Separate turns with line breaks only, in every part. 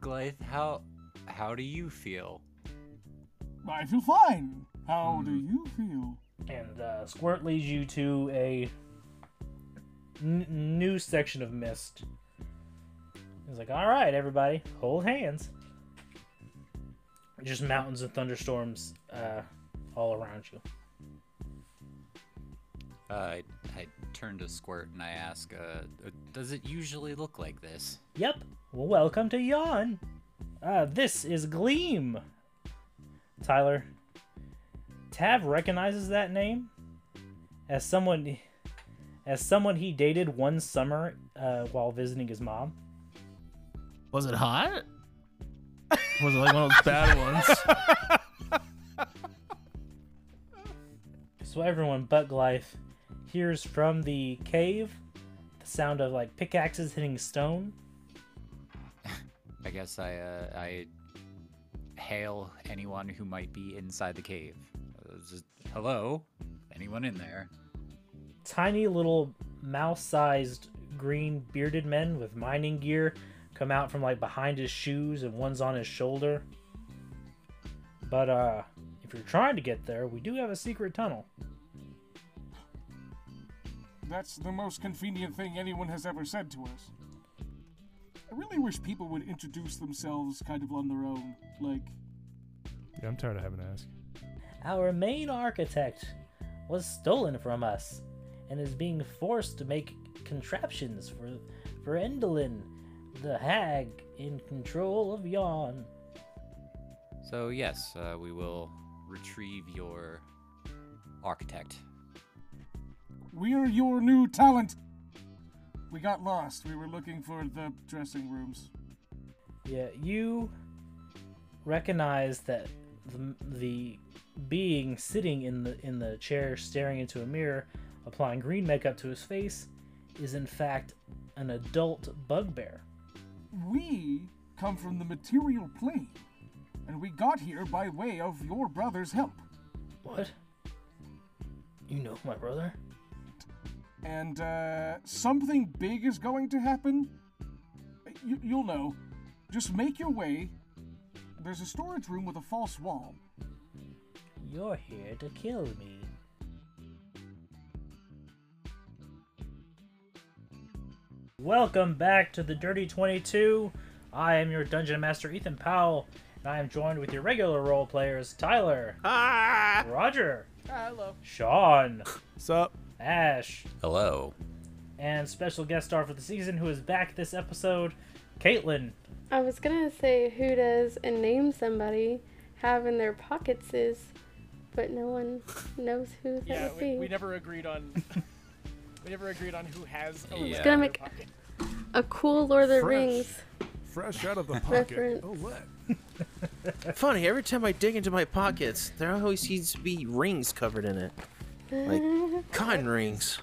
Glythe, how how do you feel?
I feel fine. How do you feel?
And uh, Squirt leads you to a n- new section of mist. He's like, all right, everybody, hold hands. Just mountains and thunderstorms uh, all around you.
Uh, I I turn to Squirt and I ask, uh, does it usually look like this?
Yep. Well, welcome to Yawn. Uh, this is Gleam. Tyler, Tav recognizes that name as someone as someone he dated one summer uh, while visiting his mom.
Was it hot? Was it like one of those bad ones?
So everyone but Glyph hears from the cave the sound of like pickaxes hitting stone.
I guess I uh, I hail anyone who might be inside the cave. Uh, just, Hello, anyone in there?
tiny little mouse-sized green bearded men with mining gear come out from like behind his shoes and one's on his shoulder but uh if you're trying to get there we do have a secret tunnel
That's the most convenient thing anyone has ever said to us. I really wish people would introduce themselves kind of on their own. Like,
Yeah, I'm tired of having to ask.
our main architect was stolen from us and is being forced to make contraptions for for Endolin, the hag in control of Yawn.
So yes, uh, we will retrieve your architect.
we're your new talent. We got lost. We were looking for the dressing rooms.
Yeah, you recognize that the, the being sitting in the in the chair, staring into a mirror, applying green makeup to his face, is in fact an adult bugbear.
We come from the material plane, and we got here by way of your brother's help.
What? You know my brother?
And uh, something big is going to happen. You, you'll know. Just make your way. There's a storage room with a false wall.
You're here to kill me. Welcome back to the Dirty 22. I am your Dungeon Master Ethan Powell, and I am joined with your regular role players Tyler,
ah!
Roger, Hello. Sean,
Sup?
Ash,
Hello.
and special guest star for the season who is back this episode, Caitlin.
I was gonna say who does a name somebody have in their pockets is, but no one knows who that
Yeah,
would
we,
be.
we never agreed on. we never agreed on who has. A
It's
lamp
gonna
in
make-
their pocket.
a cool Lord of the
Fresh.
Rings
Fresh out of the pocket.
Reference.
Oh, what?
Funny, every time I dig into my pockets, there always seems to be rings covered in it. Like con rings.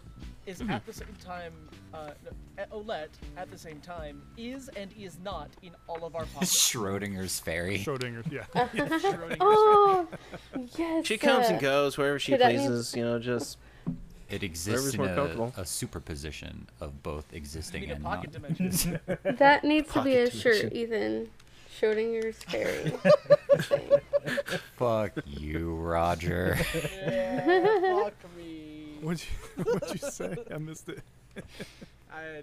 Is at the same time. Uh, no, uh, Olet at the same time is and is not in all of our pockets.
Schrodinger's fairy.
Schrodinger's, yeah.
Schrodinger's-
Oh, yes.
She comes and
uh,
goes wherever she
could that mean-
pleases, you know, just
It exists
Whoever's
in
more
a,
comfortable.
a superposition of both
We
existing
need a
and
pocket
not.
dimension.
That needs to be a
Pocket
shirt,
dimension.
Ethan. Schrodinger's fairy. thing.
Fuck you, Roger.
yeah, fuck me.
What'd you, what'd you say? I missed it.
I,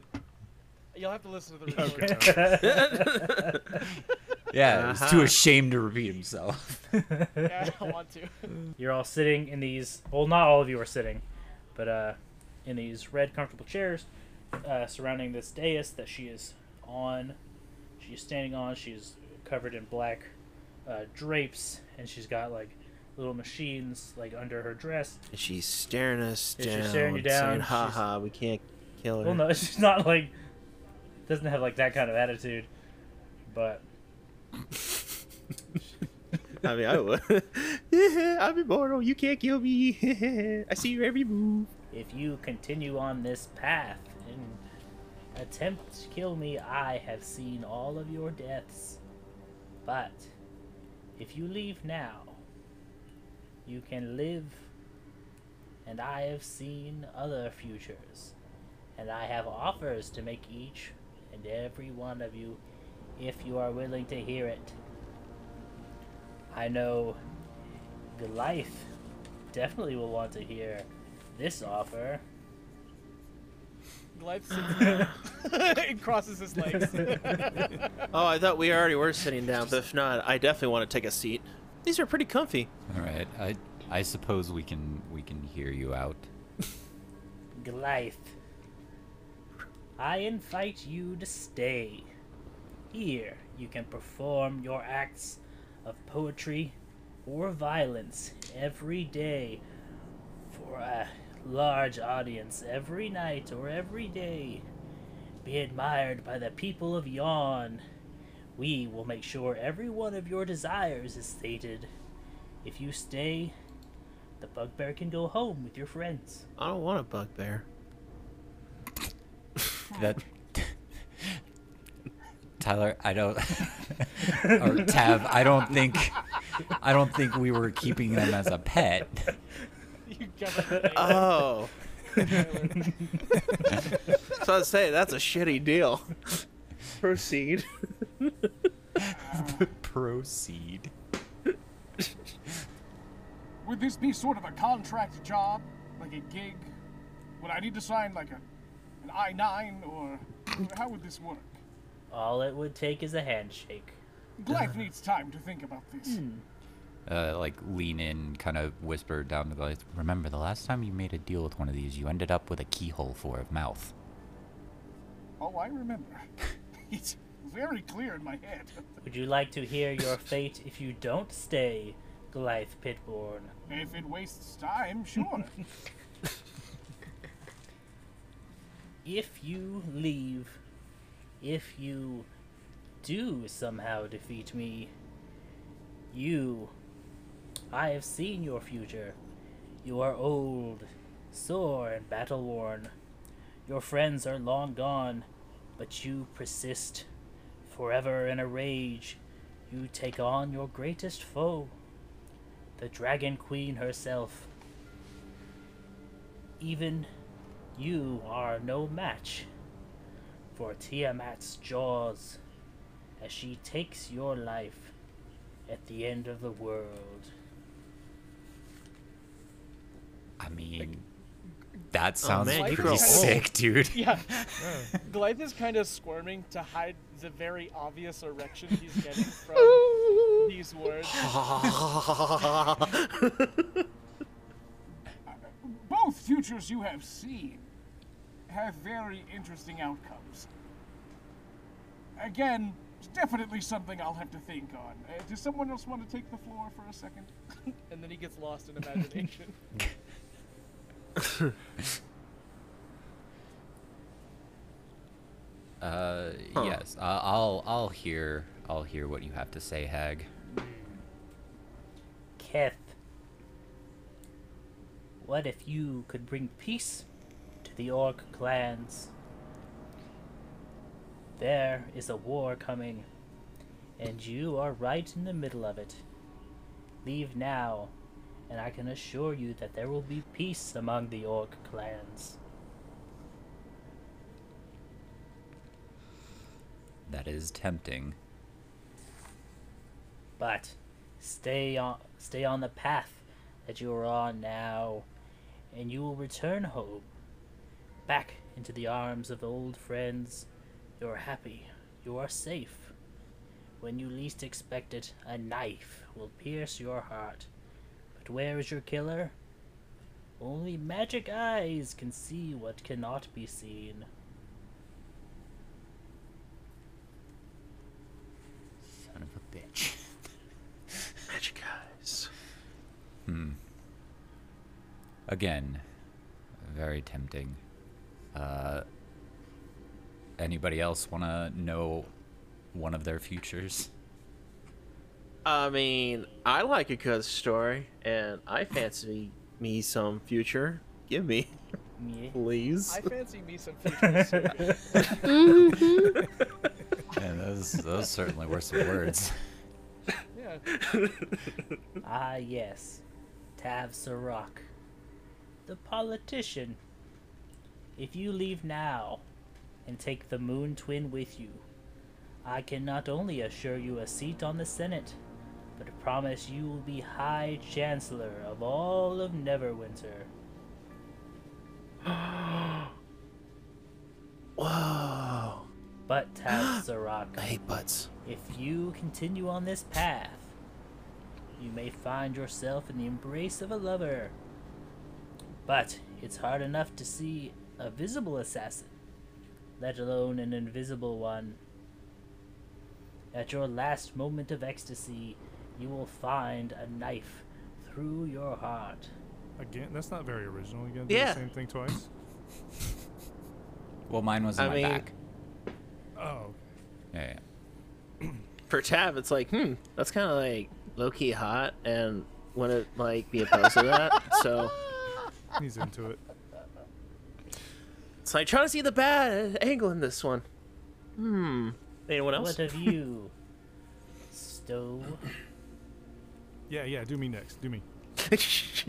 you'll have to listen to the recording.
yeah, he's too
Uh-huh.
ashamed to repeat himself.
Yeah, I want to.
You're all sitting in these, well, not all of you are sitting, but uh, in these red comfortable chairs uh, surrounding this dais that she is on. She's standing on, she's covered in black uh, drapes, and she's got like little machines like under her dress
And she's staring us
Yeah,
down.
she's staring you down,
Saying, ha
she's-
ha, we can't kill her.
Well, no, she's not like doesn't have like that kind of attitude, but
I mean, I would. I'm immortal. You can't kill me. I see your every move.
if you continue on this path and attempt to kill me, I have seen all of your deaths. But if you leave now, you can live, and I have seen other futures, and I have offers to make each and every one of you if you are willing to hear it. I know Goliath definitely will want to hear this offer.
Glyph sits down and crosses his legs.
Oh, I thought we already were sitting down, but if not, I definitely want to take a seat. These are pretty comfy.
All right. I I suppose we can we can hear you out.
Goliath, I invite you to stay. Here you can perform your acts of poetry or violence every day for a large audience every night or every day. Be admired by the people of Yawn. We will make sure every one of your desires is stated. If you stay, the bugbear can go home with your friends.
I don't want a bugbear.
That Tyler, I don't or Tav, I don't think I don't think we were keeping them as a pet.
you jump at the name.
Oh. so I'd say that's a shitty deal. Proceed.
Proceed.
Would this be sort of a contract job, like a gig? Would I need to sign like a an I nine, or how would this work?
All it would take is a handshake.
Glyph needs time to think about this.
Uh, like lean in, kind of whisper down to the lights. Remember the last time you made a deal with one of these, you ended up with a keyhole for a mouth.
Oh, I remember. it's very clear in my head.
Would you like to hear your fate if you don't stay, Glythe Pitborn?
If it wastes time, sure.
If you leave, if you do somehow defeat me, you. I have seen your future. You are old, sore, and battle worn. Your friends are long gone, but you persist. Forever in a rage, you take on your greatest foe, the Dragon Queen herself. Even you are no match for Tiamat's jaws as she takes your life at the end of the world.
I mean, that sounds
Oh, man, you
pretty
grow
sick, dude.
Yeah. Glythe is kind of squirming to hide the very obvious erection he's getting from these words.
Both futures you have seen have very interesting outcomes. Again, it's definitely something I'll have to think on. Uh, does someone else want to take the floor for a second?
And then he gets lost in imagination.
Uh, yes. Uh, I'll I'll hear I'll hear what you have to say, Hag.
Keth, what if you could bring peace to the orc clans? There is a war coming, and you are right in the middle of it. Leave now, and I can assure you that there will be peace among the orc clans.
That is tempting.
But stay on stay on the path that you are on now, and you will return home, back into the arms of old friends. You are happy, you are safe. When you least expect it, a knife will pierce your heart. But where is your killer? Only magic eyes can see what cannot be seen.
Son of a bitch.
Magic eyes.
Again, very tempting. Uh, anybody else want to know one of their futures?
I mean, I like a good story, and I fancy me some future. Give me,
Yeah.
please.
I fancy me some futures.
Yeah, those those certainly were some words.
Yeah.
Ah, yes. Tav Sirach. The politician. If you leave now and take the Moon Twin with you, I can not only assure you a seat on the Senate, but promise you will be High Chancellor of all of Neverwinter.
Whoa.
But Tav Zarak,
I hate butts.
if you continue on this path, you may find yourself in the embrace of a lover. But it's hard enough to see a visible assassin, let alone an invisible one. At your last moment of ecstasy, you will find a knife through your heart.
Again, that's not very original. Again, do
Yeah.
the same thing twice.
Well, mine was in
I
my
mean-
back.
Oh,
Yeah, yeah.
For Tav, it's like, hmm, that's kind of like low key hot, and wouldn't like be opposed to that. So
he's into it.
it's like trying to see the bad angle in this one. Hmm. Anyone
What
else?
of you, Stowe?
Yeah, yeah. Do me next. Do me.
If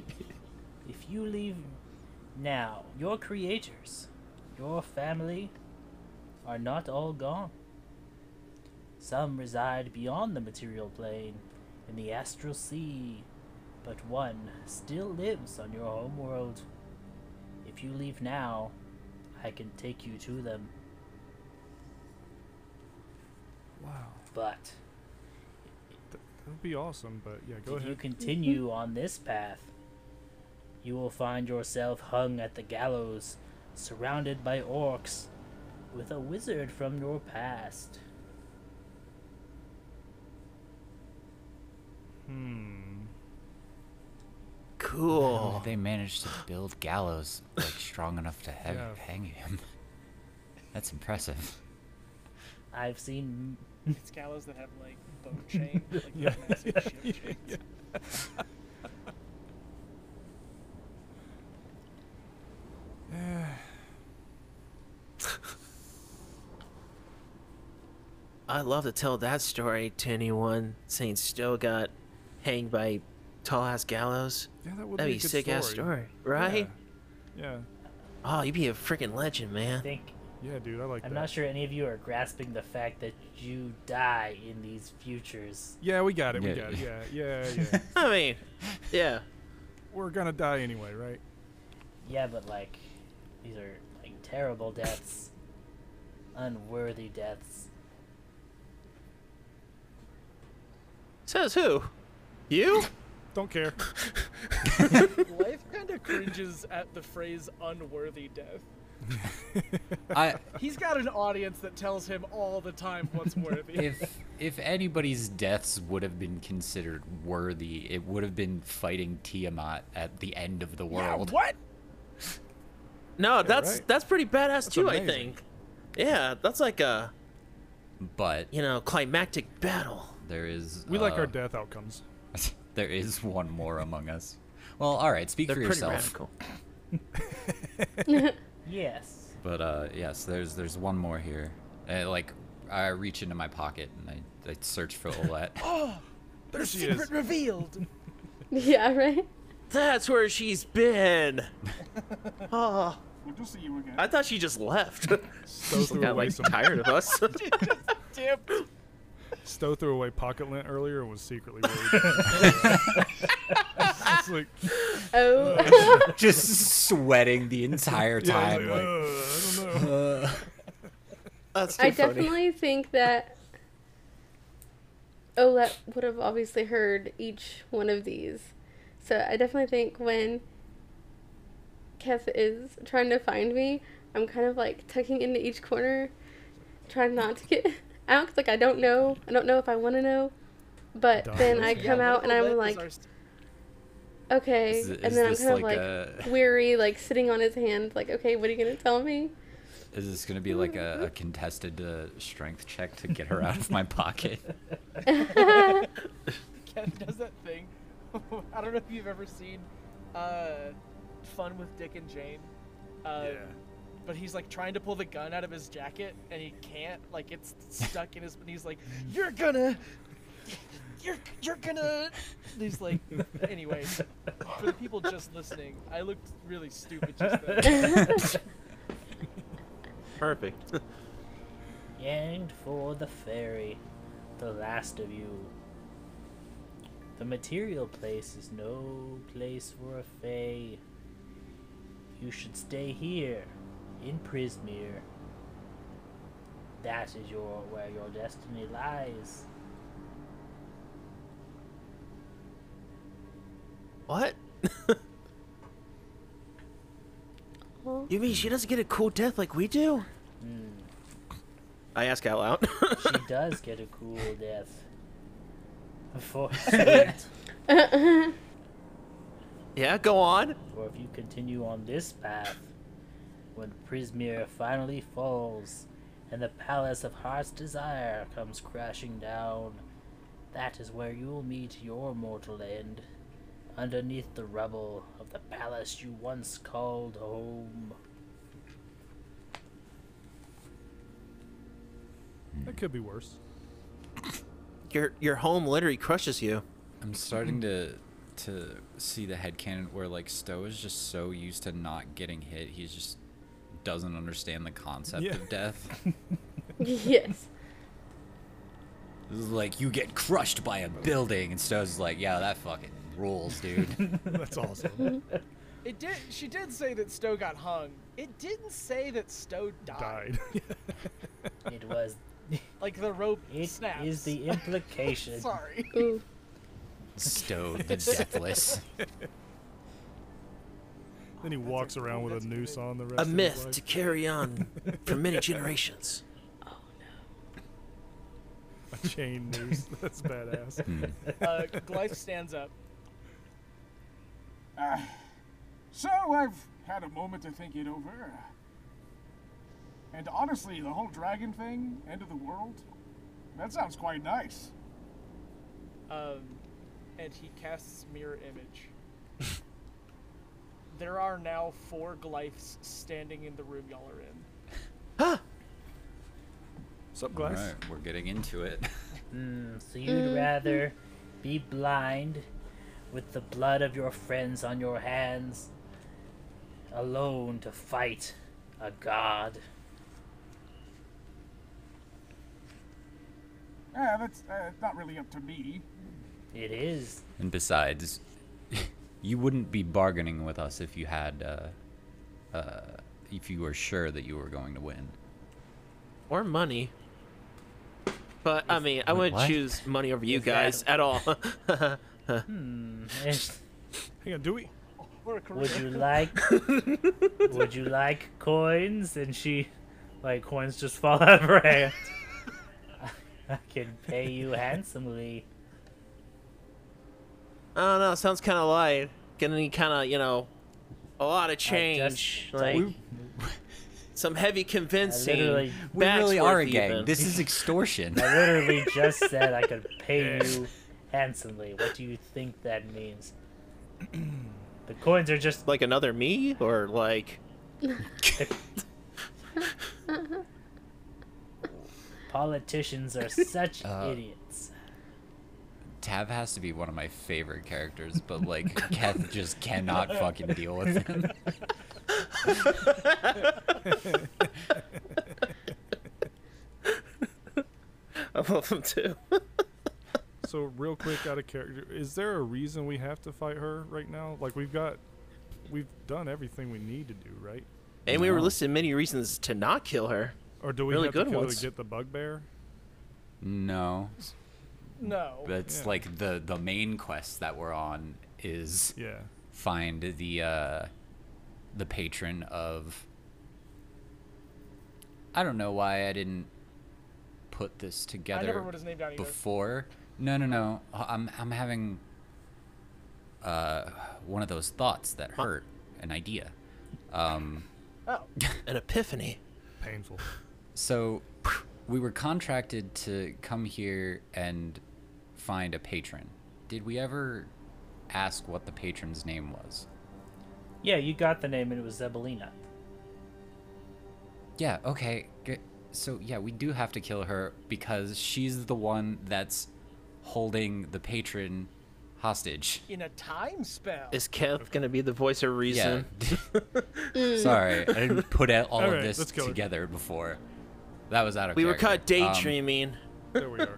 you leave now, your creators, your family, are not all gone. Some reside beyond the material plane, in the astral sea, but one still lives on your home world. If you leave now, I can take you to them.
Wow,
But
that would be awesome. But yeah, go
if you
ahead.
continue on this path, you will find yourself hung at the gallows, surrounded by orcs, with a wizard from your past.
Hmm.
Oh.
How
cool.
did they managed to build gallows like strong enough to have,
Yeah.
hang him? That's impressive.
I've seen.
It's gallows that have like bone chain, like
Yeah.
massive ship chains.
I'd love to tell that story to anyone saying Stowe got hanged by tall ass gallows.
Yeah, that would
That'd
be
be
a good
sick
story.
ass story, right?
Yeah.
Oh, you'd be a freaking legend,
I
man.
think
yeah, dude. I like
I'm
that.
not sure any of you are grasping the fact that you die in these futures.
Yeah, we got it. We
Yeah.
got it. Yeah, yeah, yeah.
I mean, yeah.
We're gonna die anyway, right?
Yeah, but like, these are like terrible deaths, unworthy deaths.
Says who? You?
Don't care.
Life kind of cringes at the phrase "unworthy death."
I
He's got an audience that tells him all the time what's worthy.
if if anybody's deaths would have been considered worthy, it would have been fighting Tiamat at the end of the world.
what?
No, that's
right.
that's pretty badass too. I
amazing.
think. Yeah, that's like a
But
you know climactic battle.
there is
We like
uh,
our death outcomes.
There is one more among us. Well, all right, speak
They're
for
pretty
yourself.
radical.
Yes.
But uh, yes, there's there's one more here. Uh, like I reach into my pocket and I, I search for Olette.
There she
Secret
is.
revealed.
Yeah, right?
That's where she's been. oh,
Good to see you again.
I thought she just left.
Stowe threw,
Got
away
like
some,
tired of us.
Damn.
Stowe threw away pocket lint earlier and was secretly worried. It's like, yeah,
Oh.
Just sweating the entire
it's like,
time. like,
"Ugh, I don't know.
that's too
I
funny.
definitely think that Olette would have obviously heard each one of these. So I definitely think when Keth is trying to find me, I'm kind of like tucking into each corner, trying not to get out. 'cause, like I don't know. I don't know if I want to know. But
Darn.
then I
Yeah,
come out and I'm
Olette is
like,
our st-
okay.
is,
and
is
then I'm
this
kind of
like,
like
a
weary, like sitting on his hand, like, okay, what are you going to tell me?
is this gonna be like a, a contested uh, strength check to get her out of my pocket?
Ken does that thing. I don't know if you've ever seen uh, Fun with Dick and Jane. Uh, But he's like trying to pull the gun out of his jacket and he can't. Like it's stuck in his. And he's like, "You're gonna, you're you're gonna." And he's like, anyway. For the people just listening, I looked really stupid just then.
Perfect.
yearned for the fairy, the last of you. The material place is no place for a fae. You should stay here, in Prismere. That is your where your destiny lies.
What?
Well,
You mean she doesn't get a cool death like we do?
Hmm.
I ask out loud.
She does get a cool death. Unfortunately,
I
yeah, go on.
for if you continue on this path, when Prismere finally falls and the Palace of Heart's Desire comes crashing down, that is where you'll meet your mortal end, underneath the rubble of the palace you once called home.
That could be worse.
Your your home literally crushes you.
I'm starting to to see the headcanon where like Stowe is just so used to not getting hit, he just doesn't understand the concept
Yeah.
of death.
yes.
This is like you get crushed by a building, and Stowe's like, "Yeah, that fucking rules, dude."
That's awesome.
It did. She did say that Stowe got hung. It didn't say that Stowe
Died.
died.
It was.
Like the rope
It is
snaps.
the implication.
Sorry.
Ooh.
Stowe the deathless.
then he walks around with
that's
a noose
good.
on the rest.
A
of his
myth
life.
to carry on for many generations.
A chain noose. That's badass.
Uh, Glyph stands up.
Uh, so I've had a moment to think it over. And honestly, the whole dragon thing, end of the world, that sounds quite nice.
Um, and he casts mirror image. there are now four glyphs standing in the room y'all are in.
What's up,
All
Glass?
right, we're getting into it.
Mm, so you'd rather be blind with the blood of your friends on your hands, alone to fight a god.
Yeah, that's uh, not really up to me.
It is.
And besides, you wouldn't be bargaining with us if you had, uh, uh, if you were sure that you were going to win.
Or money. But I mean, I wouldn't
what?
choose money over you
If that-
guys at all.
Hang on, do we?
We're a career.
would you like? would you like coins? And she, like coins, just fall out of her hand. I can pay you handsomely.
I don't know. Sounds kind of light. Gonna need kind of you know, a lot of change,
just-
like
We-
some heavy convincing.
I literally-
We really
back's
are a
worth
gang.
even.
This is extortion.
I literally just said I could pay you handsomely. What do you think that means? The coins are just
like another me or like
politicians are such
Uh,
idiots.
Tav has to be one of my favorite characters, but like Keth just cannot fucking deal with him.
I love them too.
So real quick, out of character, is there a reason we have to fight her right now? Like we've got, we've done everything we need to do, right?
and we were
No.
listed many reasons to not kill her.
Or do we
Really
have to
good
kill her
ones.
to get the bugbear?
No,
No.
that's
Yeah.
like the the main quest that we're on is
Yeah.
find the uh, the patron of. I don't know why I didn't put this
I
together.
never wrote his name down either.
before. No, no, no. I- I'm I'm having uh one of those thoughts that hurt, an idea. Um
Oh.
An epiphany.
Painful.
so we were contracted to come here and find a patron. Did we ever ask what the patron's name was?
Yeah, you got the name and it was Zebelina.
Yeah, okay. Good. So, yeah, we do have to kill her because she's the one that's holding the patron hostage.
In a time spell.
Is Kev gonna be the voice of reason?
Yeah. Sorry, I didn't put out all, of
Alright,
this
let's go.
together before. That was out of.
We were
character.
caught daydreaming.
There we are.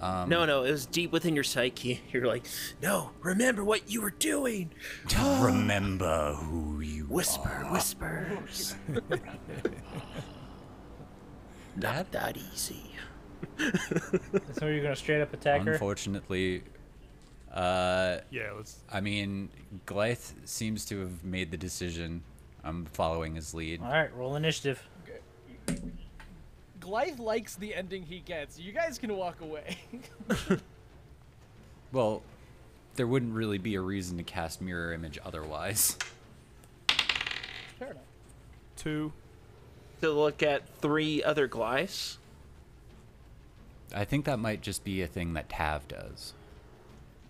Um, um,
no, no, it was deep within your psyche. You're like, no, remember what you were doing. Talk.
Remember who you
Whisper, whispers. Not that easy.
So you're gonna straight up attack her.
Unfortunately, uh,
Yeah, let's.
I mean, Glyth seems to have made the decision. I'm following his lead.
All right, roll initiative.
Glythe likes the ending he gets. You guys can walk away.
Well, there wouldn't really be a reason to cast mirror image otherwise.
Fair enough.
Two.
To look at three other glyphs.
I think that might just be a thing that Tav does.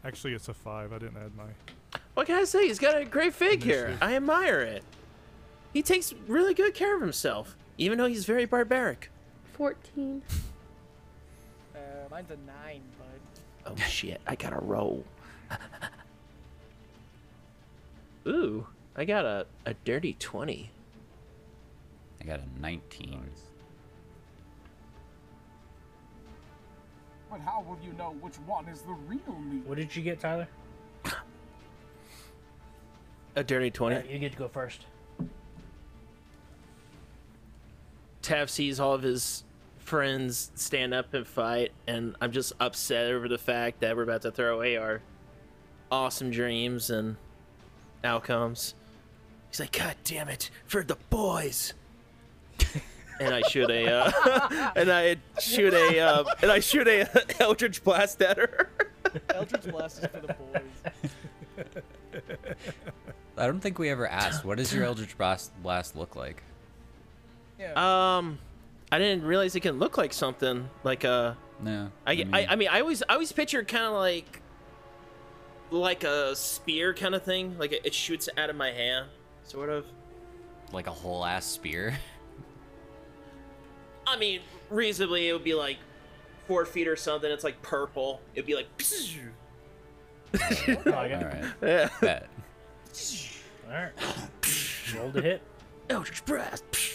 Actually, it's a five. I didn't add my.
What can I say? He's got a great figure.
Initiative.
I admire it. He takes really good care of himself, even though he's very barbaric.
14.
Uh, mine's a nine, bud.
Oh shit, I gotta roll. Ooh, I got a, a dirty 20.
I got a 19.
But how will you know which one is the real me?
What did you get, Tyler?
A dirty
All
20?
right, you get to go first.
Tav sees all of his friends stand up and fight, and I'm just upset over the fact that we're about to throw away our awesome dreams and outcomes. He's like, God damn it, for the boys! and I shoot a, uh, and I shoot a, uh, and I shoot a Eldritch Blast at her.
Eldritch Blast is for the boys.
I don't think we ever asked, what does your Eldritch Blast, blast look like?
Yeah.
Um, I didn't realize it can look like something like a.
No.
I, I, I, mean, I always, I always picture kind of like, like a spear kind of thing. Like it, it shoots out of my hand, sort of.
like a whole ass spear.
I mean, reasonably, it would be like four feet or something. It's like purple. It'd be like.
Oh, I got
All right.
Yeah.
Bet.
All right. Roll to hit.
Eldritch blast.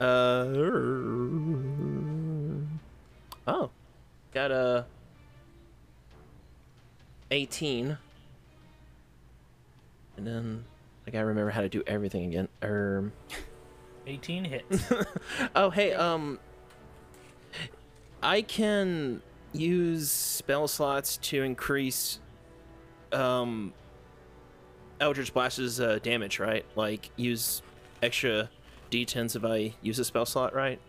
Uh. Oh, got a. Eighteen. And then I gotta remember how to do everything again. Um.
18 hits.
Oh hey um. I can use spell slots to increase. Um. Eldritch Blast's uh, damage, right? Like use extra d10s if I use a spell slot, right?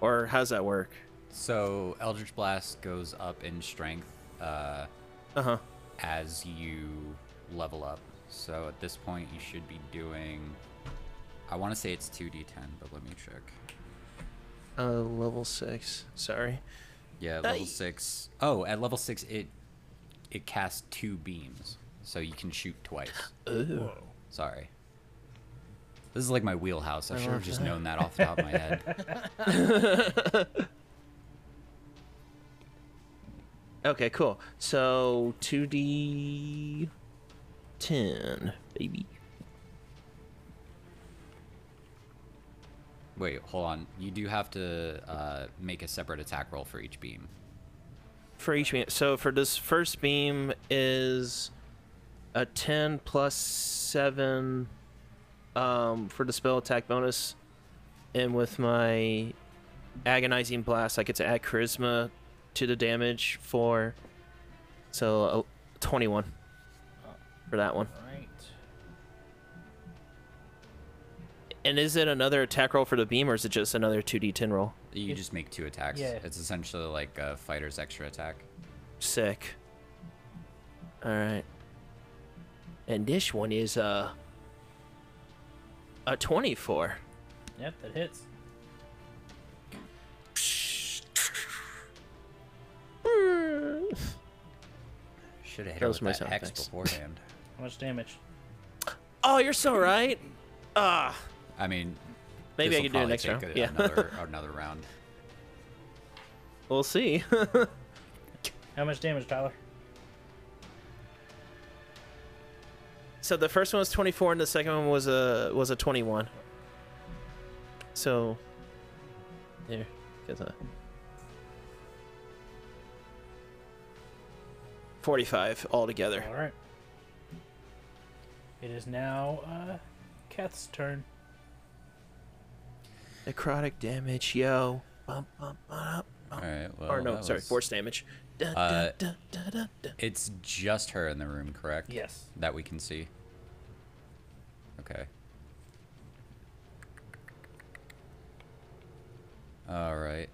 Or how's that work?
So Eldritch Blast goes up in strength uh,
Uh huh.
as you level up. So at this point, you should be doing. I want to say it's 2d10, but let me check.
Uh, level six. Sorry.
Yeah, level
y-
six. Oh, at level six, it it casts two beams, so you can shoot twice.
Ooh.
Whoa.
Sorry. This is like my wheelhouse. I should have just known that off the top of my head.
Okay, cool. So two D ten, baby.
Wait, hold on. You do have to uh, make a separate attack roll for each beam.
For each beam. So for this first beam is a ten plus seven um, for the spell attack bonus, and with my agonizing blast, I get to add charisma to the damage for so uh, twenty one for that one.
All right.
And is it another attack roll for the beam, or is it just another two D ten roll?
You just make two attacks.
Yeah.
It's essentially like a fighter's extra attack.
Sick. All right. And this one is uh, a 24.
Yep, that hits.
Should have
That
hit her
was
with
my
that
sound
hex
effects.
beforehand.
How much damage?
Oh, you're so right. Ah,
I mean,
maybe I can
this'll
do it
probably
next
take
round.
a-
yeah,
another, another round.
we'll see.
How much damage, Tyler?
so the first one was 24, and the second one was a was a 21. So here, because uh, I. Forty-five altogether.
All right. It is now uh, Keth's turn.
Necrotic damage, yo. Bum, bum, bum,
All
bum.
right. Well,
or no,
Oh, that
sorry,
was-
force damage. Dun,
Uh,
dun, dun, dun, dun, dun.
It's just her in the room, correct?
Yes.
That we can see. Okay. All right.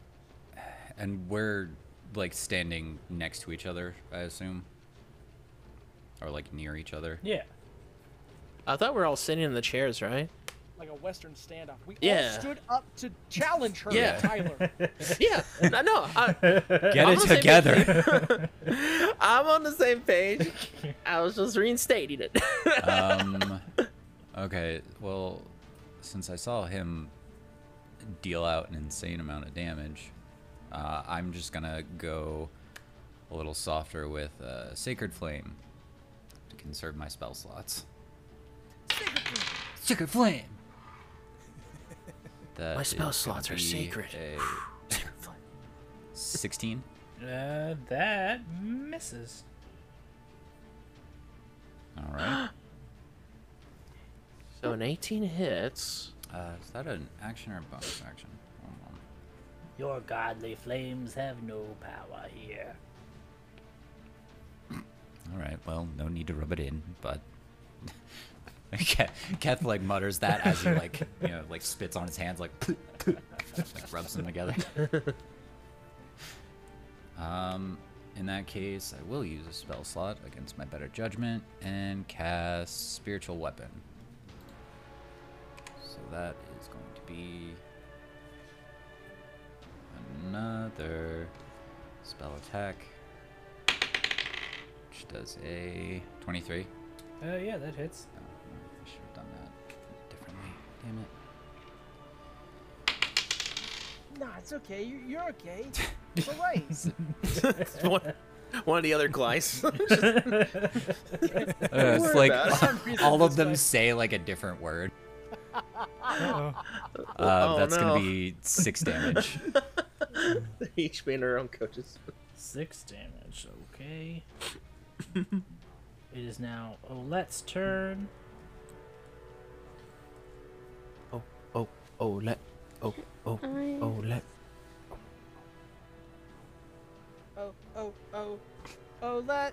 And we're like standing next to each other, I assume. Or like near each other.
Yeah.
I thought we were all sitting in the chairs, right?
like a Western standoff. We
Yeah.
all stood up to challenge her,
Yeah.
Tyler.
yeah. No, no. I,
Get
I'm
it
on the same
together.
page. I'm on the same page. I was just reinstating it.
um Okay, well, since I saw him deal out an insane amount of damage, uh, I'm just gonna go a little softer with uh, Sacred Flame to conserve my spell slots. Sacred Flame! That
My spell
is gonna
slots are
be
sacred.
a 16?
Uh, that misses.
Alright.
so an 18 hits.
Uh, is that an action or a bonus action? Hold on.
Your godly flames have no power here.
All right. Well, no need to rub it in, but Ke- Keth like mutters that as he like you know like spits on his hands like, like rubs them together. um, in that case, I will use a spell slot against my better judgment and cast spiritual weapon. So that is going to be another spell attack which does a 23.
Uh, yeah, that hits.
Oh, I should have done that differently. Damn it.
nah, it's okay. You- You're okay. It's all right.
one, one of the other Gleiss.
it's
worry
like
about it.
Some reason
all of
this
them
guy-
say like a different word.
Uh-oh.
Uh,
oh,
that's
no.
gonna be six damage.
Each being our own coaches.
Six damage. Okay. it is now Olette's turn.
Oh, oh, oh, let. Oh, oh,
I-
oh, let.
Oh, oh, oh, oh, let.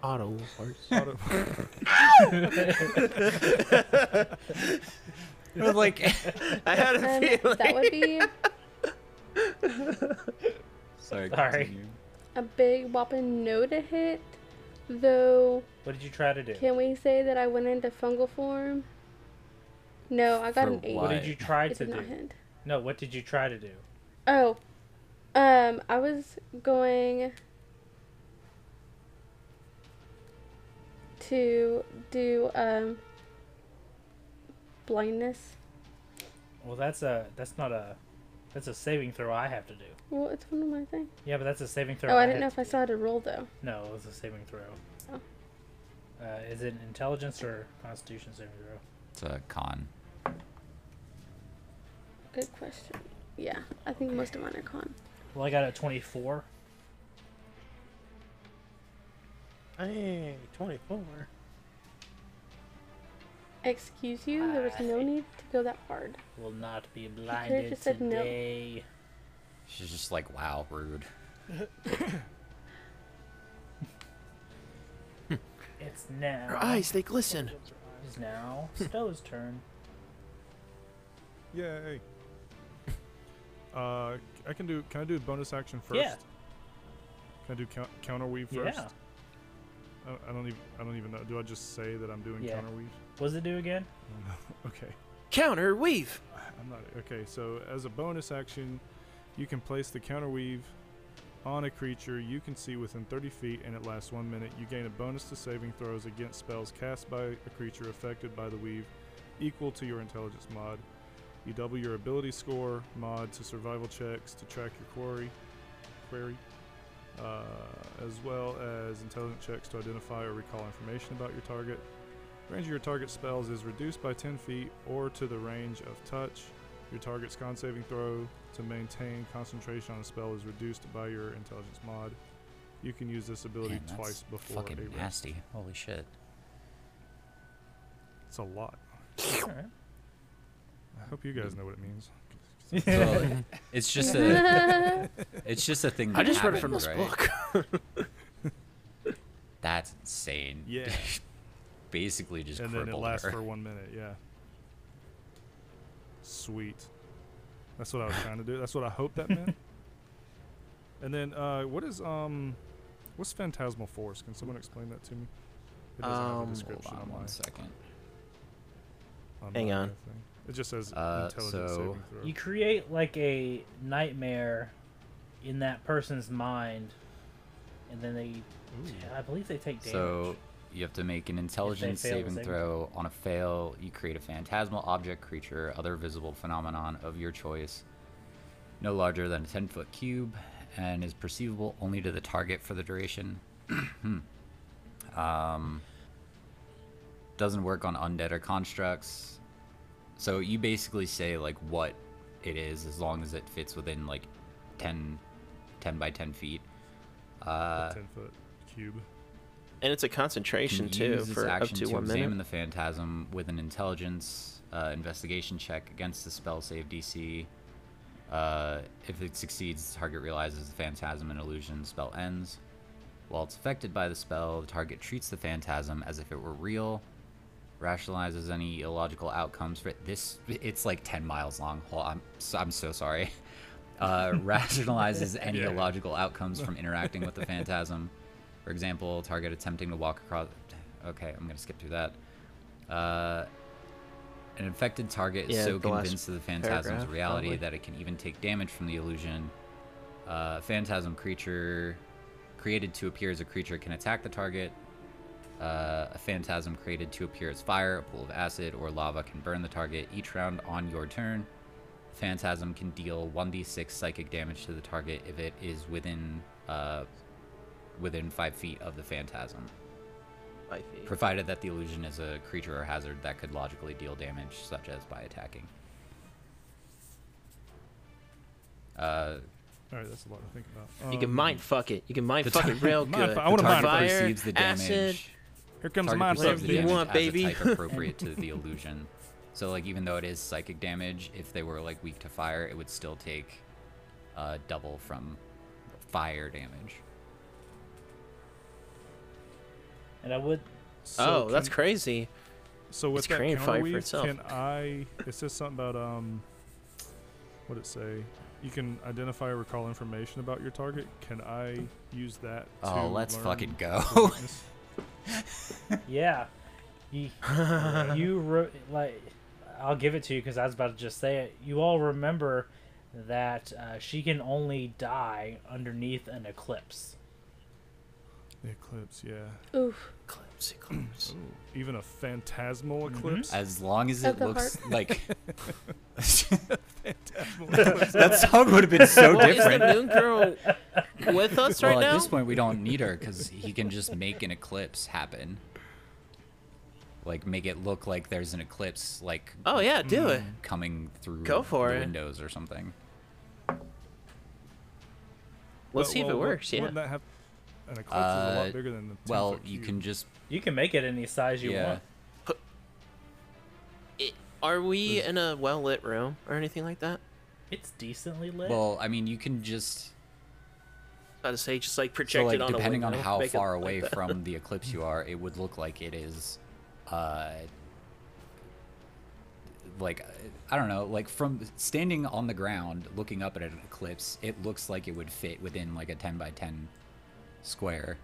Auto wars.
Auto-
But, like,
I had a
Um,
feeling.
that would be
sorry.
Sorry.
continue.
a big whopping no to hit. Though,
What did you try to do?
can we say that I went into fungal form? No, I got
For
an eight.
what did
Why?
you try
It
to
did
do?
not hit.
No, what did you try to do?
Oh, um, I was going to do um blindness.
Well, that's a that's not a that's a saving throw I have to do.
Well, it's one of my things.
Yeah, but that's a saving throw.
Oh, I
had
didn't know
to
if I
do.
saw how to roll though.
No, it was a saving throw.
Oh.
Uh, is it intelligence or constitution saving throw?
It's a con.
Good question. Yeah, I think most of mine are con.
Well, I got a 24.
Hey, 24.
Excuse you, there was no need to go that hard.
Will not be blinded
just said no.
today.
She's just like, wow, rude.
It's now.
Her eyes, they glisten.
It is now Stowe's turn.
Yay. Uh, I can do. Can I do a bonus action first?
Yeah.
Can I do count, counter weave first?
Yeah.
I, I don't even. I don't even know. Do I just say that I'm doing
Yeah.
counter weave?
What's it do again?
Okay.
Counter weave.
I'm not. Okay. So as a bonus action, you can place the counter weave on a creature you can see within 30 feet, and it lasts one minute. You gain a bonus to saving throws against spells cast by a creature affected by the weave, equal to your intelligence mod. You double your ability score mod to survival checks to track your quarry, query, uh, as well as intelligence checks to identify or recall information about your target. Range of your target spells is reduced by 10 feet or to the range of touch. Your target's con saving throw to maintain concentration on a spell is reduced by your intelligence mod. You can use this ability
Man, that's
twice before a
fucking
rest.
nasty. Holy shit.
It's a lot.
Alright.
I hope you guys know what it means.
Well, it's just a it's just a thing. That
I just read it
happened,
from this
right?
book.
That's insane.
Yeah.
Basically just
and then it
crippled
lasts
her.
for one minute. Yeah. Sweet. That's what I was trying to do. That's what I hoped that meant. and then, uh, what is um, what's phantasmal force? Can someone explain that to me? It doesn't have a
Um,
Hold
description
on
my-
one second.
on
Hang
my
on.
thing. It just says
Uh,
intelligence
so-
saving throw.
You create like a nightmare in that person's mind, and then they, I believe they take damage.
So you have to make an intelligence
fail the
saving
saving
throw. On a fail, you create a phantasmal object, creature, other visible phenomenon of your choice, no larger than a 10 foot cube, and is perceivable only to the target for the duration. um, doesn't work on undead or constructs. So you basically say like what it is as long as it fits within like 10, 10 by 10 feet. Uh,
Ten foot cube.
and it's a
can
concentration too
use its
for up
action
to, one
examine
minute.
the phantasm with an intelligence uh, investigation check against the spell save DC. Uh, if it succeeds, the target realizes the phantasm and illusion. Spell ends. While it's affected by the spell, the target treats the phantasm as if it were real. Rationalizes any illogical outcomes for it. This it's like ten miles long. Well, I'm so, I'm so sorry. Uh, rationalizes any
Yeah.
illogical outcomes from interacting with the phantasm. For example, target attempting to walk across. Okay, I'm gonna skip through that. Uh, an infected target is
Yeah,
so
the last
convinced of the phantasm's
paragraph,
reality
probably.
that it can even take damage from the illusion. Uh, phantasm creature created to appear as a creature can attack the target. Uh, a phantasm created to appear as fire, a pool of acid, or lava can burn the target each round on your turn. Phantasm can deal 1d6 psychic damage to the target if it is within uh, within five feet of the phantasm,
Five feet.
provided that the illusion is a creature or hazard that could logically deal damage, such as by attacking. Uh,
All right, that's a lot to think about.
You can
Um,
mind fuck it. You can mind fuck it
tar-
real
Mind
good.
fu- I wanna
the target
mind fuck.
Fire,
perceives the damage.
acid.
Here comes
target
mind
perceives
fuck.
the
you
damage
bitch.
want,
as
baby.
a type appropriate to the illusion. So like even though it is psychic damage, if they were like weak to fire, it would still take uh, double from fire damage.
and I would
So
Oh, that's
can-
crazy.
So with
It's
that
creating
counter
fire for
weave,
itself.
can I? It says something about um. What did it say? You can identify or recall information about your target. Can I use that? to
Oh, let's
learn
fucking
their
go.
weakness?
Yeah. You, you re- like I'll give it to you because I was about to just say it. You all remember that uh, she can only die underneath an eclipse.
The eclipse, yeah.
Oof.
Eclipse, eclipse.
Even a phantasmal
Mm-hmm.
eclipse.
As long as it
Of the
looks
heart.
like that sound would have been
Is
so
the
Oh, different.
moon girl with us right
well, at
now?
this point, we don't need her because he can just make an eclipse happen. Like make it look like there's an eclipse, like
oh yeah, do it.
mm. coming through
Go for
the
it.
windows or something.
Let's
But-
see if
well,
it
would-
works. Yeah.
Wouldn't that have? An eclipse is a
Uh,
lot bigger than the. 10
Well,
foot
you
cube.
can just
You can make it any size you
yeah.
want.
It- Hmm. are we in a well lit room or anything like that?
It's decently lit.
Well, I mean, you can just
About to say, just like
so
projected
like
on a
depending on
window,
how
make it
far
like
away
that.
from the eclipse you are, it would look like it is, uh, like I don't know, like from standing on the ground looking up at an eclipse, it looks like it would fit within like a ten by ten square.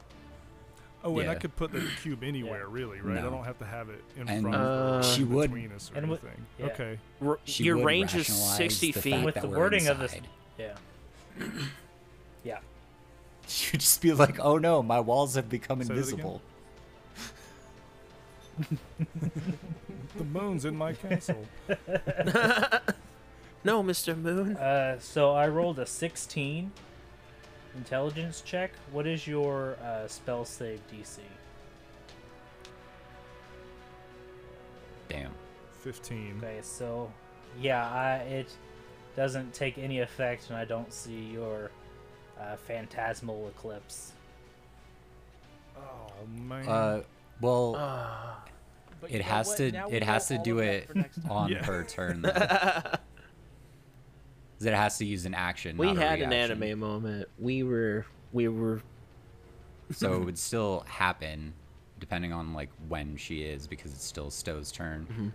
Oh, and I
yeah.
could put the cube anywhere, really, right? I
No.
don't have to have it in
And- uh,
front of us or
She
in
would-
between us or
And what-
anything.
yeah.
Okay.
R-
She
Your
would
range is
rationalize
60
the
feet.
fact
With
that
the
we're
wording of this-
inside.
yeah. Yeah.
You'd just be like, "Oh no, my walls have become
Say that again?
invisible."
The moon's in my castle.
No, Mr. Moon.
Uh, so I rolled a 16 intelligence check. What is your uh, spell save DC?
Damn.
Fifteen.
Okay, so yeah, I, it doesn't take any effect, and I don't see your uh, phantasmal eclipse.
Oh man.
Uh, well,
Ah, But you
it
know
has
what?
to
Now we
it
know
has to
all
do
of that
it
for next time.
on
Yeah.
her turn. Though. 'Cause it has to use an action.
we
not a
had an
reaction.
anime moment. We were we were
so
Mm-hmm.
it would still happen, depending on like when she is, because it's still Stowe's turn.
Mm-hmm.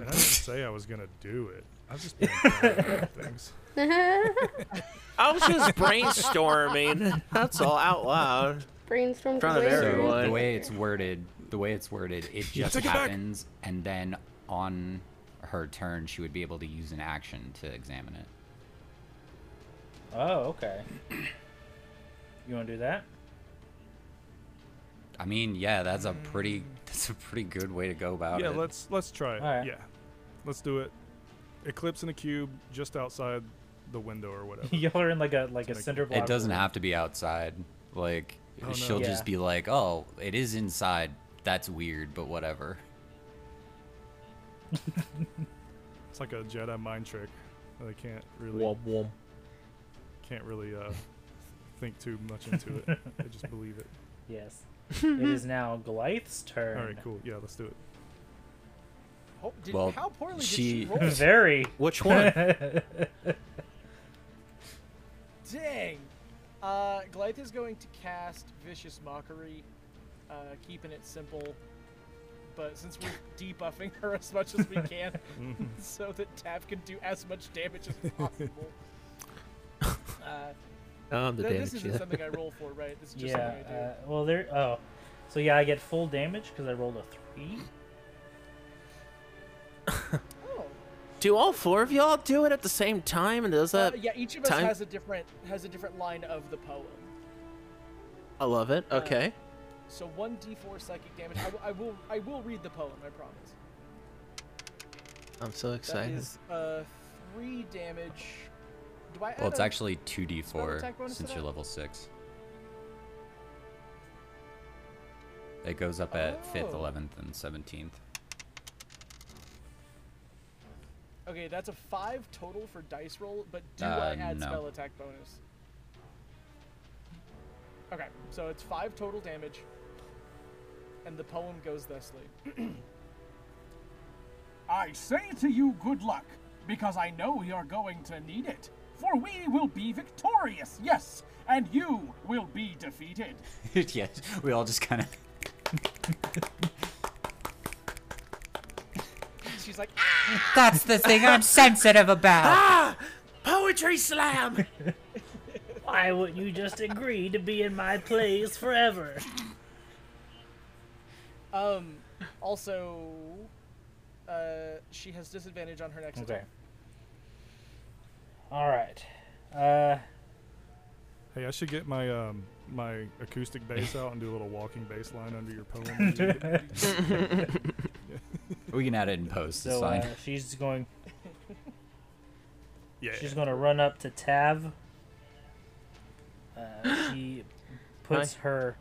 and I didn't say I was gonna do it. I've just been bad about things.
I was just brainstorming. That's all out loud.
Brainstorm.
Front of
later.
So the
Everyone.
way it's worded, the way it's worded, it just
Take it back.
happens, and then on her turn, she would be able to use an action to examine it.
Oh, okay. You want to do that?
I mean, yeah, that's a pretty that's a pretty good way to go about
Mm. yeah,
it.
let's let's try it.
Alright.
Yeah, let's do it. Eclipse in a cube just outside the window or whatever.
Y'all are in like a like a
It's
cinder block.
It doesn't have to be outside. Like
Oh, no.
she'll
Yeah.
just be like, "Oh, it is inside. That's weird, but whatever."
It's like a Jedi mind trick. They can't really
Womp womp.
can't really uh, think too much into it. They just believe it.
Yes. it is now Glythe's turn.
All right, cool. Yeah, let's do it.
Oh, did,
Well,
how poorly
she-
did she roll?
Very.
Which one?
Dang. Uh, Glythe is going to cast Vicious Mockery, uh, keeping it simple. But since we're debuffing her as much as we can,
Mm-hmm.
so that Tav can do as much damage as possible. Uh,
Oh, I'm the
no,
damage
this isn't
dealer.
something I roll for, right? This is just something I do.
yeah. Uh, well, there. Oh, so yeah, I get full damage because I rolled a three.
oh.
Do all four of y'all do it at the same time? And does
Uh,
that?
yeah, each of us
time-
has a different has a different line of the poem.
I love it. Okay.
So one d4 psychic damage. I, w- I will I will read the poem. I promise.
I'm so
That
excited.
is uh, three damage. Do I?
Well,
add
it's
a-
actually two D four
attack bonus to
since
that?
you're level six. It goes up at fifth,
Oh.
eleventh, and seventeenth.
Okay, that's a five total for dice roll, but do
Uh,
I add
no.
spell attack bonus? Okay, so it's five total damage, and the poem goes thusly.
I say to you, good luck, because I know you're going to need it. For we will be victorious, yes, and you will be defeated.
yes, we all just kind of.
She's like, ah!
That's the thing I'm sensitive about.
Poetry slam.
Why wouldn't you just agree to be in my plays forever?
Um, also, uh, she has disadvantage on her next
Okay.
attack.
All right. Uh,
Hey, I should get my um, my acoustic bass out and do a little walking bass line under your poem.
We can add it in post. it's
so
fine.
uh, she's going.
yeah.
She's going to run up to Tav. Uh, she puts her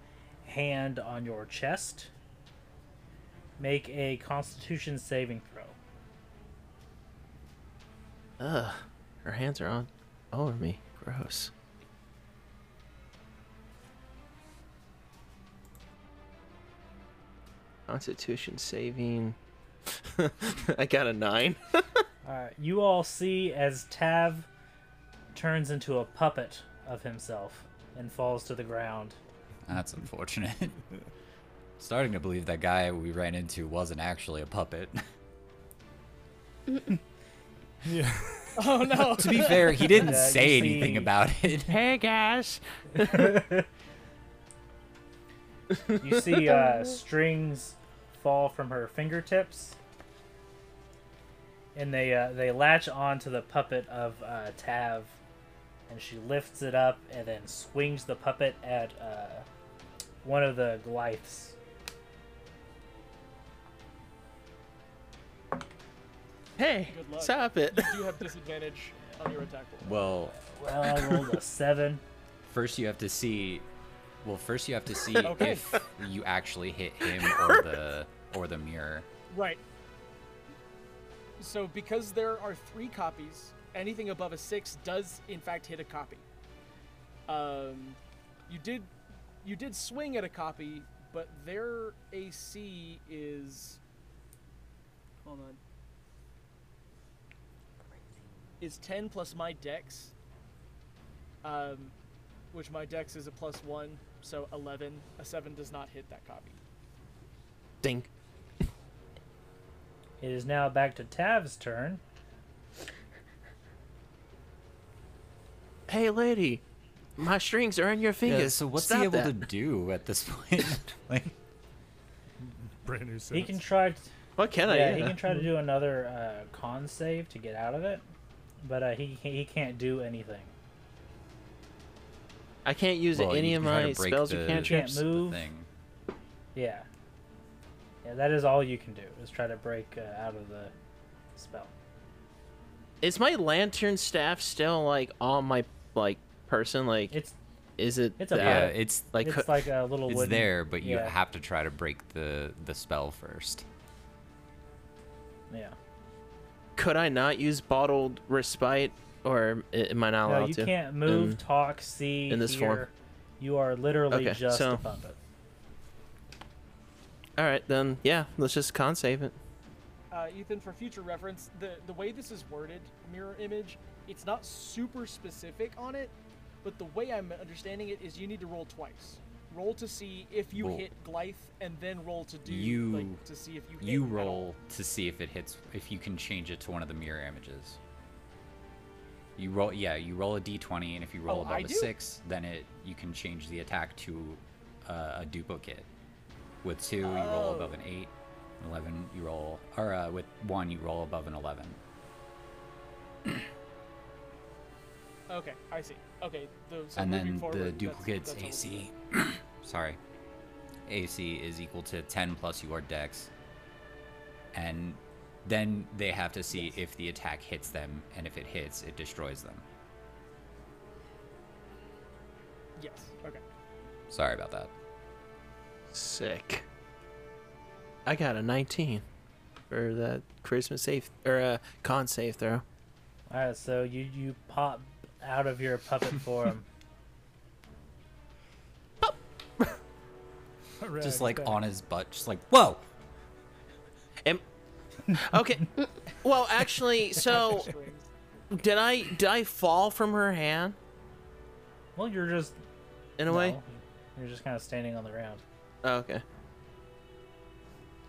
hand on your chest. Make a Constitution saving throw.
Ugh. Her hands are on over me. Gross. Constitution saving. I got a nine.
Uh, you all see as Tav turns into a puppet of himself and falls to the ground.
That's unfortunate. Starting to believe that guy we ran into wasn't actually a puppet.
yeah.
Oh no!
to be fair, he didn't
Yeah, you
say anything
see-
about it.
Hey guys.
You see uh, strings fall from her fingertips, and they uh, they latch onto the puppet of uh, Tav, and she lifts it up and then swings the puppet at uh, one of the Glyphs.
Hey.
Good luck.
Stop it.
you have disadvantage on your attack roll.
Well,
Well, I rolled a seven.
first you have to see. Well, first you have to see
Okay.
if you actually hit him or the or the mirror.
Right. So because there are three copies, anything above a six does in fact hit a copy. Um, you did, you did swing at a copy, but their AC is. Hold on. Is ten plus my dex. Um, which my dex is a plus one, so eleven. A seven does not hit that copy.
Ding.
It is now back to Tav's turn.
Hey, lady, my strings are in your fingers.
Yeah, so what's
Stop
he able
that.
to do at this point? like,
Brand new
He
sentence.
can try.
What can I?
yeah,
Yeah,
he can try to do another uh, con save to get out of it, but uh, he he can't do anything.
I can't use
well,
any
you
of
can try to
my
break
spells
the-
or
Can't
cantrips.
the
move.
thing.
Yeah. Yeah, that is all you can do is try to break uh, out of the spell.
Is my lantern staff still like on my like person? Like,
It's
is it?
it's a
Yeah,
that-
it's
like,
it's like a little.
it's
wooden,
there, but you
yeah,
have to try to break the the spell first.
Yeah.
could I not use bottled respite, or i- am I not allowed
No, you
to? Mm.
can't move,
And-
talk, see,
Mm-hmm. in this
hear.
form.
You are literally
Okay,
just
so-
a puppet.
All right, then. Yeah, let's just con save it.
uh, Ethan, for future reference, the, the way this is worded, mirror image, it's not super specific on it, but the way I'm understanding it is you need to roll twice. Roll to see if you
Well,
hit Glyph, and then roll to do
you-
like, to see if you hit
You
at all.
roll to see if it hits, if you can change it to one of the mirror images. You roll, yeah, you roll a d20, and if you roll
Oh,
above
I
a
do?
six, then it you can change the attack to uh, a duplicate. With two, you roll
Oh.
above an eight. An Eleven, you roll, or uh, with one, you roll above an eleven.
Okay, I see. Okay, the, so
and
moving
then
forward,
the
that's-
duplicate's
that's all-
AC. Sorry. AC is equal to 10 plus your dex. And then they have to see if the attack hits them, and if it hits, it destroys them.
Yes. Okay.
Sorry about that.
Sick. I got a 19 for that Christmas safe or uh, con save throw.
All right, so you you pop out of your puppet form.
Just like on his butt, just like, whoa!
Am- okay. well, actually, so
Strings.
did I did I fall from her hand
well, you're just
in a way?
no, you're just kind of standing on the ground.
Oh, okay.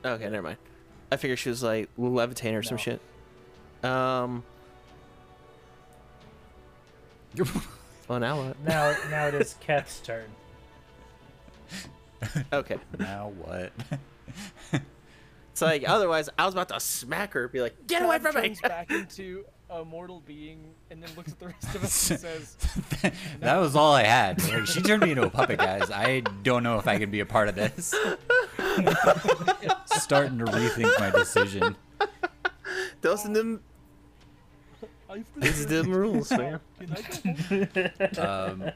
Okay, never mind. I figured she was like levitating or some
No.
shit. Um. Well, now what?
Now now it is Keth's turn.
Okay.
now what?
It's like otherwise I was about to smack her, be like, "Get away
Trav
from me!"
turns back into a mortal being, and then looks at the rest of us and says,
that was all I had. Like, she turned me into a puppet, guys. I don't know if I can be a part of this. Starting to rethink my decision.
Those are them.
"I've been
These are them rules, man.
Can I go home?"
Um,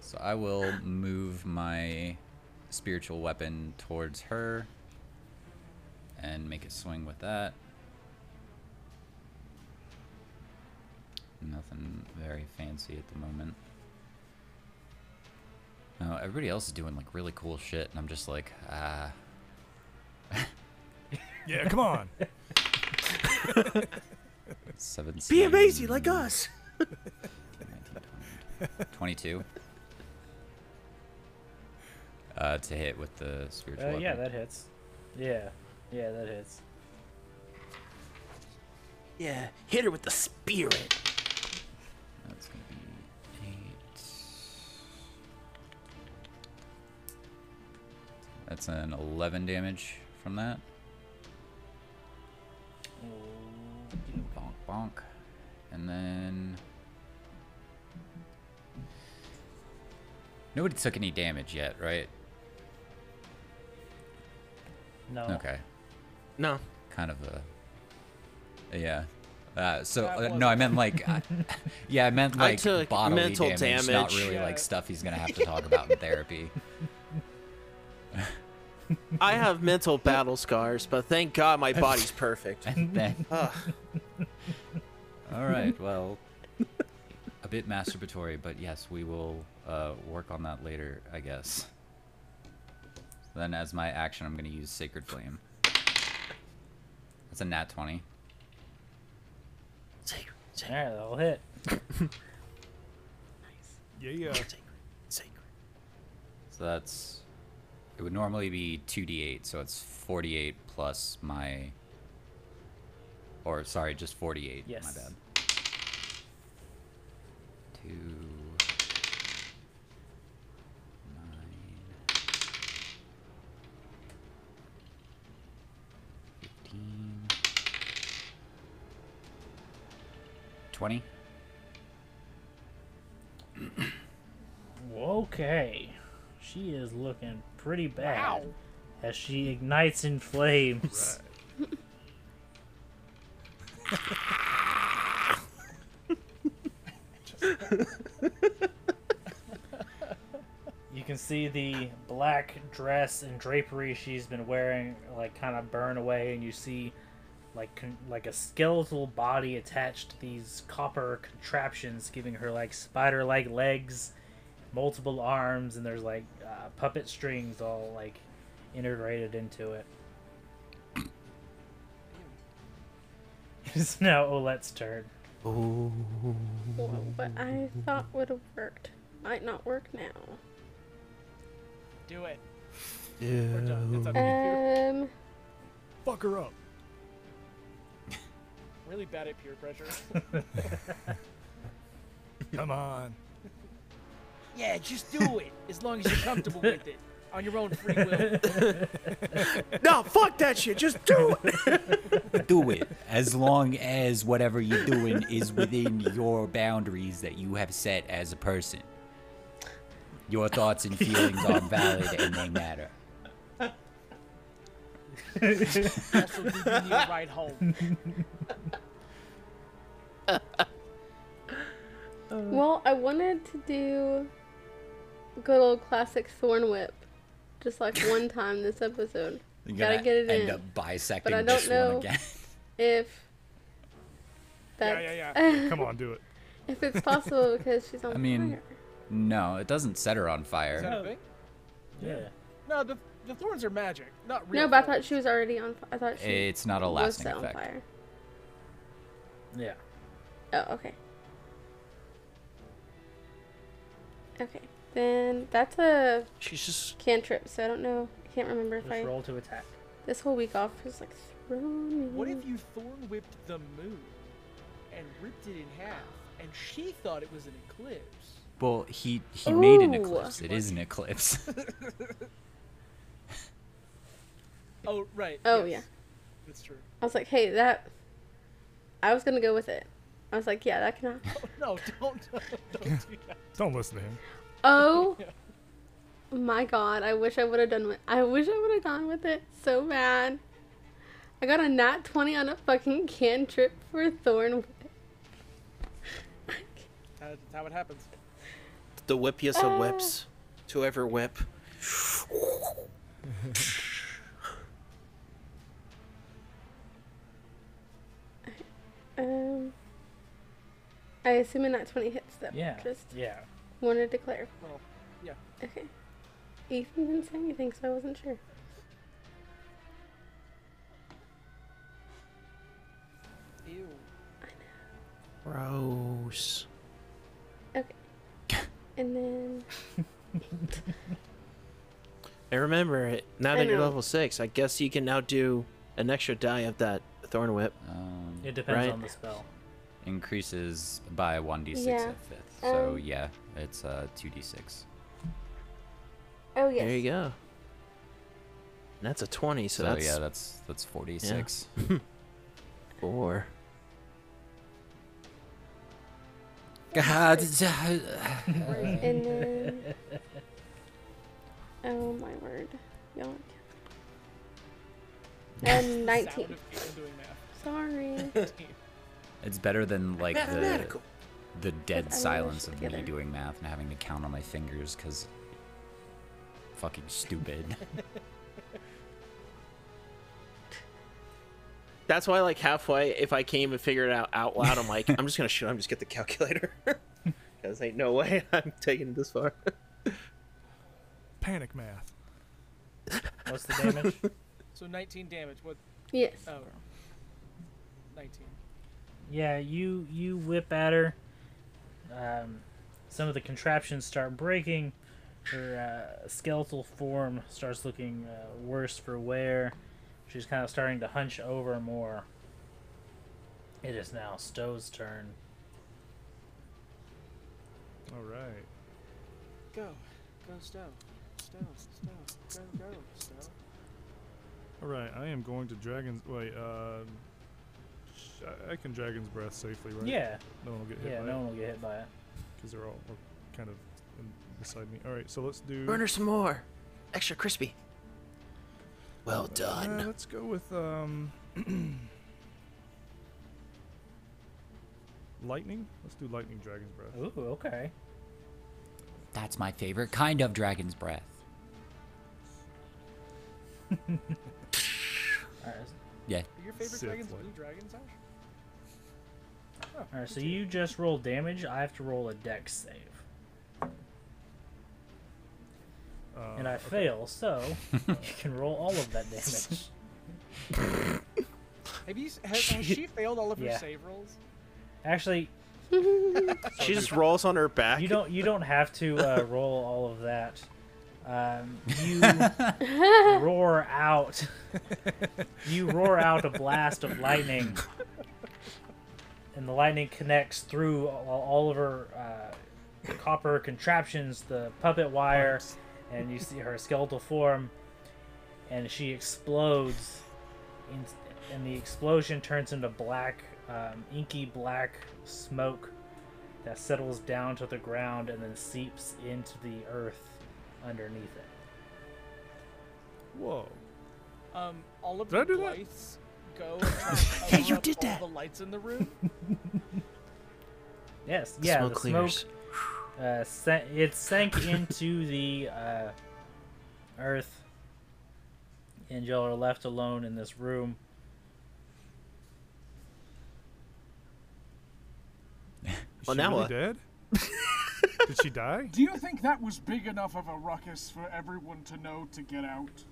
so I will move my spiritual weapon towards her and make a swing with that. Nothing very fancy at the moment. No, everybody else is doing like really cool shit, and I'm just like, ah.
Yeah, come on.
Seven.
Be amazing like us.
22. Uh, to hit with the spiritual
Uh,
weapon.
yeah, that hits. Yeah, yeah, that hits.
Yeah, hit her with the spirit.
That's gonna be eight. That's an eleven damage from that. Bonk bonk. And then Nobody took any damage yet, right?
No.
Okay.
No,
Kind of a Yeah. Uh, so
That
uh,
wasn't-
no, I meant like, I, yeah, I meant like
took
bodily
mental
damage, not
damage.
really
Yeah.
like stuff he's gonna have to talk about in therapy.
I have mental battle scars, but thank God my body's perfect.
And then,
Ugh.
all right, well, a bit masturbatory, but yes, we will uh, work on that later, I guess. Then, as my action, I'm going to use Sacred Flame. That's a nat 20.
Sacred,
All
sacred,
right, that'll hit.
Yeah.
sacred, sacred.
So that's. It would normally be 2d8, so it's 48 plus my. Or, sorry, just 48.
Yes.
My bad. Two. Nine. 15. 20.
Okay, she is looking pretty bad
Wow.
as she ignites in flames. You can see the black dress and drapery she's been wearing, like kind of burn away, and you see, like, con- like a skeletal body attached to these copper contraptions, giving her like spider-like legs, multiple arms, and there's like uh, puppet strings all like integrated into it. it's now Olette's turn.
Well, what I thought would have worked might not work now.
Do it. We're done. It's up to you.
Um,
Fuck her up.
Really bad at peer pressure.
Come on.
yeah, just do it. As long as you're comfortable with it, on your own free will.
No, Oh, fuck that shit. Just do it.
do it as long as whatever you're doing is within your boundaries that you have set as a person. Your thoughts and feelings are valid and they matter.
Also, do you need a ride home?
Um, well, I wanted to do good old classic thorn whip, just like one time this episode.
You're
Gotta
gonna
get it
end
in.
up bisecting
But I
this
don't know.
one again.
If that's,
Yeah, yeah, yeah. Come on, do it.
if it's possible, because she's on
I mean,
fire.
No, it doesn't set her on
Is
fire.
that a thing?
Yeah.
No, the, the thorns are magic, not real.
No, but I
thorns.
thought she was already on. fi- I thought she
It's not a
was
lasting
set on
effect.
fire.
Yeah.
Oh, okay. Okay, then that's a
She's just
cantrip. So I don't know. I can't remember if I
Just roll to attack.
this whole week off was like thrown. me.
What if you thorn whipped the moon and ripped it in half, and she thought it was an eclipse?
Well, he he made an
Ooh.
eclipse. It is an eclipse.
Oh right.
Oh,
yes.
yeah.
That's true.
I was like, hey, that. I was gonna go with it. I was like, yeah, that can.
Oh, no, don't don't do that.
Don't listen to him.
Oh. My God, I wish I would have done with. I wish I would have gone with it so bad. I got a nat twenty on a fucking cantrip for Thorn.
That's how it happens.
the whippiest
Ah.
of whips to ever whip.
Um. I assume a nat twenty hits though.
Yeah.
Just
Yeah.
wanted to clarify.
Well, yeah.
Okay. Ethan didn't say anything, so I wasn't sure.
Ew.
Gross.
And then
And remember, it now
I
that you're
know.
level six, I guess you can now do an extra die of that thorn whip.
Um,
It depends
Right.
on the spell.
increases by 1d6
Yeah.
at fifth. So
Um,
yeah, it's uh, 2d6.
oh yes.
There you go. And that's a twenty, so,
So
that's
yeah, that's that's 46.
four.
God. uh,
And then. oh my word. Y'all. And 19.
Sound of people doing math.
Sorry.
It's better than like the the
I
dead
mean, it's
silence of me
together.
doing math and having to count on my fingers because fucking stupid.
That's why, like halfway, if I can't even figure it out out loud, I'm like, I'm just gonna shoot. I'm just get the calculator. Cause ain't no way I'm taking it this far.
Panic math.
What's the damage?
So 19 damage. What?
Yes.
Oh. 19.
yeah, you you whip at her. Um, some of the contraptions start breaking. Her uh, skeletal form starts looking uh, worse for wear. She's kind of starting to hunch over more. It is now Stowe's turn.
All right.
Go. Go, Stow. Stow. Stow. Go, go, Stow.
All right. I am going to dragon's. Wait. Uh, sh- I- I can dragon's breath safely, right?
Yeah,
No one will get hit.
yeah,
by
no one will get hit by it.
Because they're all all kind of in, beside me. All right. So let's do.
Burn her some more, extra crispy. Well
Uh,
done.
let's go with um. lightning. Let's do lightning dragon's breath.
Ooh, okay.
That's my favorite kind of dragon's breath.
All right,
Yeah.
Are your favorite
Sith
dragons
like.
blue dragons, Ash?
all right. So you just roll damage. I have to roll a Dex save,
Uh,
and I fail. So you can roll all of that damage.
Have you, s- has, has she failed all of her
Yeah.
save rolls?
Actually,
She just rolls on her back.
you don't you don't have to uh, roll all of that. Um, you roar out. You roar out a blast of lightning, and the lightning connects through all, all of her uh, copper contraptions, the puppet wire, and you see her skeletal form, and she explodes. In, and the explosion turns into black, um, inky black smoke that settles down to the ground and then seeps into the earth underneath it.
Whoa.
Um, all of
Did I
the
do that?
lights go. and try and
Yeah,
cover
you
up
did
all
that.
The lights in the room.
Yes, yeah,
smoke
the
clears.
smoke. Uh, sa- it sank into the uh, earth, and y'all are left alone in this room.
Is
Well,
she
now
really
what?
dead? Did she die?
Do you think that was big enough of a ruckus for everyone to know to get out?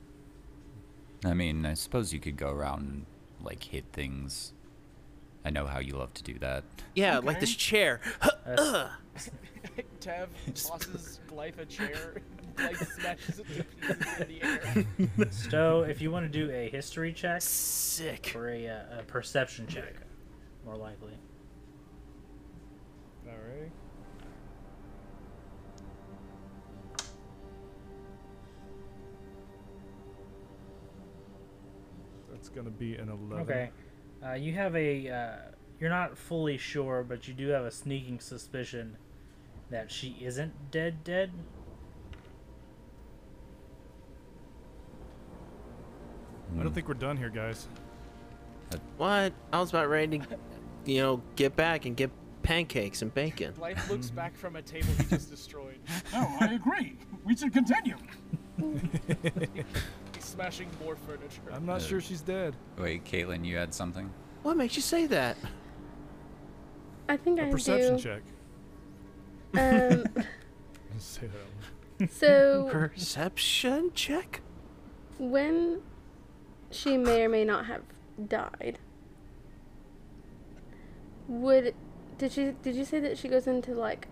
I mean, I suppose you could go around and like hit things. I know how you love to do that.
Yeah, like
Okay.
this chair.
Tev tosses Blythe a chair. Blythe smashes it to pieces in the air.
Stowe, if you want to do a history check
Sick.
or a, uh, a perception check, more likely.
All right. That's gonna be an eleven.
Okay, uh, you have a. Uh, you're not fully sure, but you do have a sneaking suspicion that she isn't dead. Dead.
I don't think we're done here, guys.
What? I was about ready to, you know, get back and get pancakes and bacon.
Blythe looks back from a table he just destroyed.
No, Oh, I agree. We should continue.
He's smashing more furniture.
I'm not sure she's dead.
Wait, Caitlin, you had something?
What makes you say that?
I think
A
I
perception
do.
check.
Um,
Say that one.
so
Perception check?
when she may or may not have died, would did she did you say that she goes into like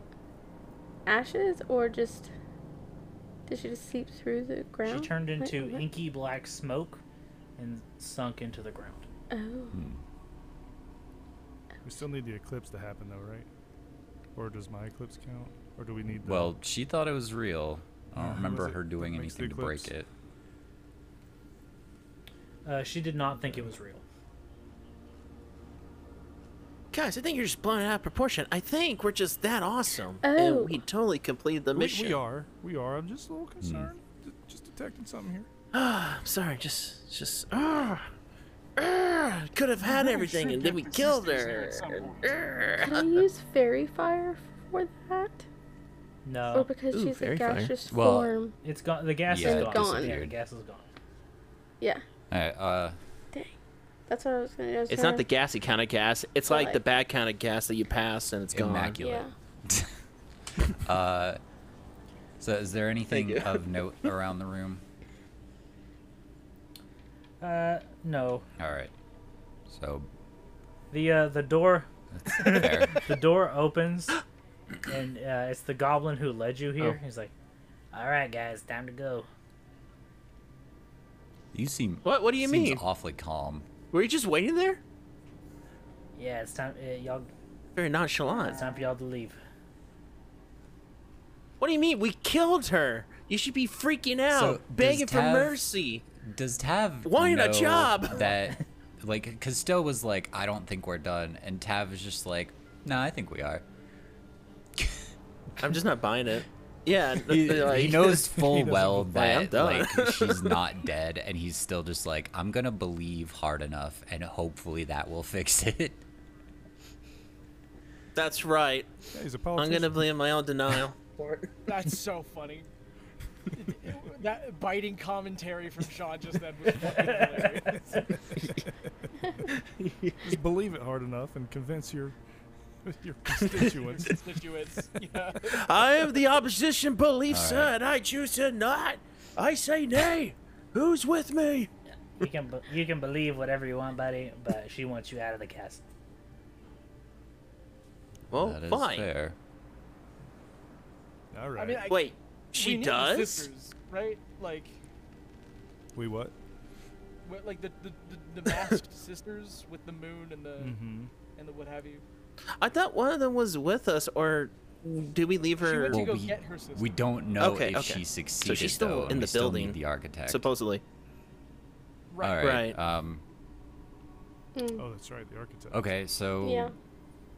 ashes or just did she just seep through the ground?
She turned
Like,
into
what?
inky black smoke and sunk into the ground.
Oh.
We still need the eclipse to happen, though, right? Or does my eclipse count? Or do we need? The...
Well, she thought it was real. I
Yeah,
don't
who
remember
was Uh-huh. it
her doing
that makes the
anything to break
eclipse?
it.
Uh, she did not think it was real.
Guys, I think you're just blowing it out of proportion. I think we're just that awesome.
Oh.
And we totally completed the
we,
mission.
we are. We are. I'm just a little concerned. Ju- Just detecting something here.
I'm sorry, just, just, ah, ah, could have had
really
everything,
should
and then
get
we
the
killed
sisters
her. Er,
here at some point.
and,
Can I use fairy fire for that? or
No,
because
Ooh,
she's a
Uh,
fairy fire.
gaseous
Well,
form.
it's gone. The gas
Yeah,
is
it
gone.
gone.
Yeah, the
disappeared.
gas is gone.
Yeah,
All right, uh,
that's what I was gonna do. I was
It's
trying
not
to-
the gassy kind of gas. It's like the
Like-
bad kind of gas that you pass and it's gone.
immaculate.
Yeah.
Uh, so is there anything
you.
of note around the room?
Uh, no.
All right. So
The uh, the door
that's fair.
the door opens, and uh, it's the goblin who led you here. He's like, "All right, guys, time to go."
You seem
What? What do you
seems
mean?
awfully calm.
Were you just waiting there?
Yeah, it's time. Uh, y'all,
Very nonchalant.
it's time for y'all to leave.
What do you mean? We killed her. You should be freaking out,
So,
begging
does
for
Tav-
mercy.
Does Tav
Wanting a
know
job?
that like Costello was like, I don't think we're done, and Tav is just like, No, I think we are.
I'm just not buying it. Yeah,
He,
they're
he
like-
knows full
doesn't
well
"I'm
that
done."
like she's not dead, and he's still just like, I'm gonna believe hard enough, and hopefully that will fix it.
That's right.
Yeah, he's a
I'm
politician.
gonna blame my own denial.
That's so funny. that biting commentary from Sean just then was fucking hilarious.
Just believe it hard enough and convince your your constituents.
Constituents. Yeah.
I am the opposition belief
All right.
side. I choose to not. I say nay. Who's with me?
You can be- you can believe whatever you want, buddy, but she wants you out of the castle.
Well,
that is
Oh, fine.
fair.
All right.
I mean, I,
Wait,
we
she
need the
does?
sisters, right? Like,
we what?
what, like the, the, the, the masked sisters with the moon and the
Mm-hmm.
and the what have you.
I thought one of them was with us, or did we leave
She
her?
went to
Well,
go
we-
get her sister.
We don't know
Okay,
if
okay. So
she
she's
succeeded.
still
though, and
in
we
the
still need
building.
The architect.
supposedly.
right.
All right.
Right.
Um,
Oh, that's right, the architect.
okay, so
Yeah.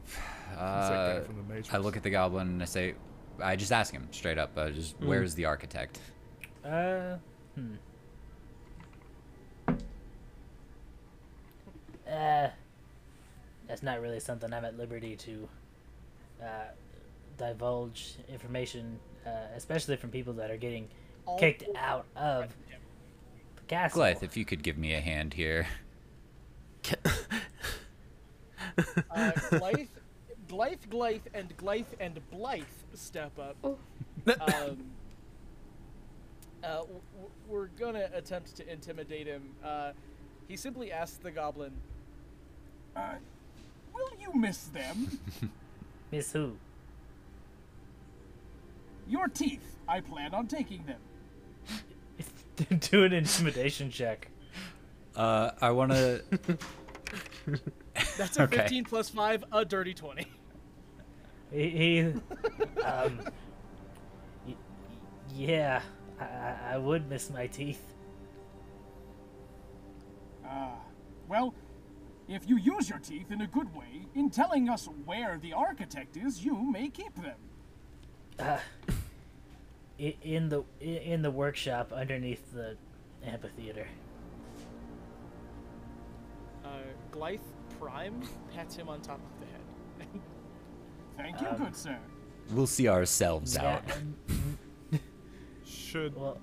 He's that guy
uh,
from the Matrix.
I look at the goblin and I say, I just ask him straight up, uh, just where's the architect?
Uh, hmm. Uh, that's not really something I'm at liberty to uh, divulge information, uh, especially from people that are getting
All
kicked out of the castle.
Glyth, if you could give me a hand here.
Uh, Glythe, Glythe, Glythe, and Glythe and Blythe step up.
Oh.
Um, uh, w- w- we're gonna attempt to intimidate him. Uh, he simply asks the goblin,
Uh, will you miss them?
Miss who?
Your teeth. I plan on taking them.
Do an intimidation check.
Uh, I want to.
"That's a
Okay.
15 plus five, a dirty 20."
He, he um, y- yeah, I- I, I would miss my teeth.
Ah, well, if you use your teeth in a good way, in telling us where the architect is, you may keep them.
I- in the i- in the workshop underneath the amphitheater.
Uh, Glythe Prime pats him on top of the head.
Thank you,
Um,
good sir.
we'll see ourselves
Yeah,
out.
um,
Should
well,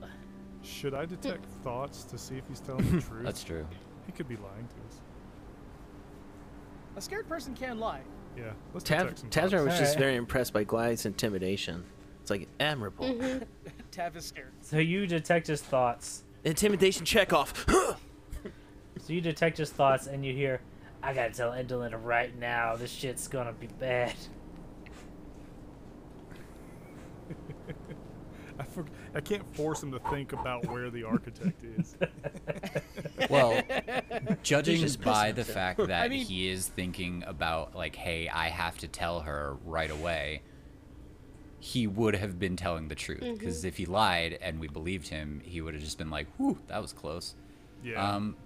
should I detect thoughts to see if he's telling the truth?
That's true.
He could be lying to us.
A scared person can lie.
Yeah. Let's
Tav-
detect some
Tazra
thoughts.
was just
Alright.
very impressed by Glyde's intimidation. It's like admirable.
Mm-hmm. Tav is scared.
so you detect his thoughts.
Intimidation check off.
So you detect his thoughts, and you hear, "I gotta tell Indolent right now. This shit's gonna be bad."
I, for, I can't force him to think about where the architect is.
Well, judging
just
by
pissing
the fact that
mean-
he is thinking about, like, hey, I have to tell her right away, he would have been telling the truth. Because if he lied and we believed him, he would have just been like, whew, that was close.
Yeah.
Um,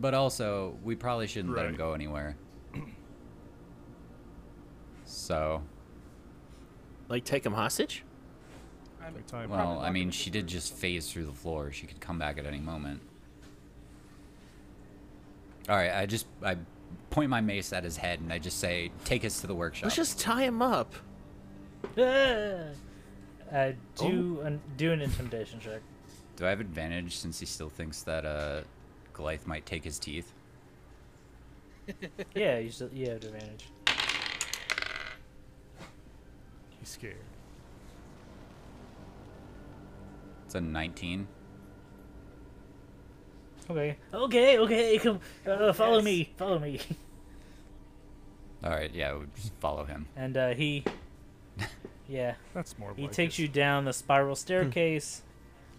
but also, we probably shouldn't let him
Right.
go anywhere. So,
like take him hostage?
I'm
Like time.
probably
well,
not
I
gonna
mean,
get
she did
through,
just
so-
phase through the floor. She could come back at any moment. All right, I just I point my mace at his head and I just say, "Take us to the workshop."
Let's just tie him up.
Ah! Uh, do an do an intimidation check.
Do I have advantage since he still thinks that uh, Glythe might take his teeth.
Yeah, you still you have advantage.
He's scared.
It's a 19.
Okay. Okay. Okay. Come, uh, follow
yes.
me. Follow me.
All right, yeah, we'll just follow him.
And uh, he, yeah,
That's more.
he
like
takes
it.
you down the spiral staircase,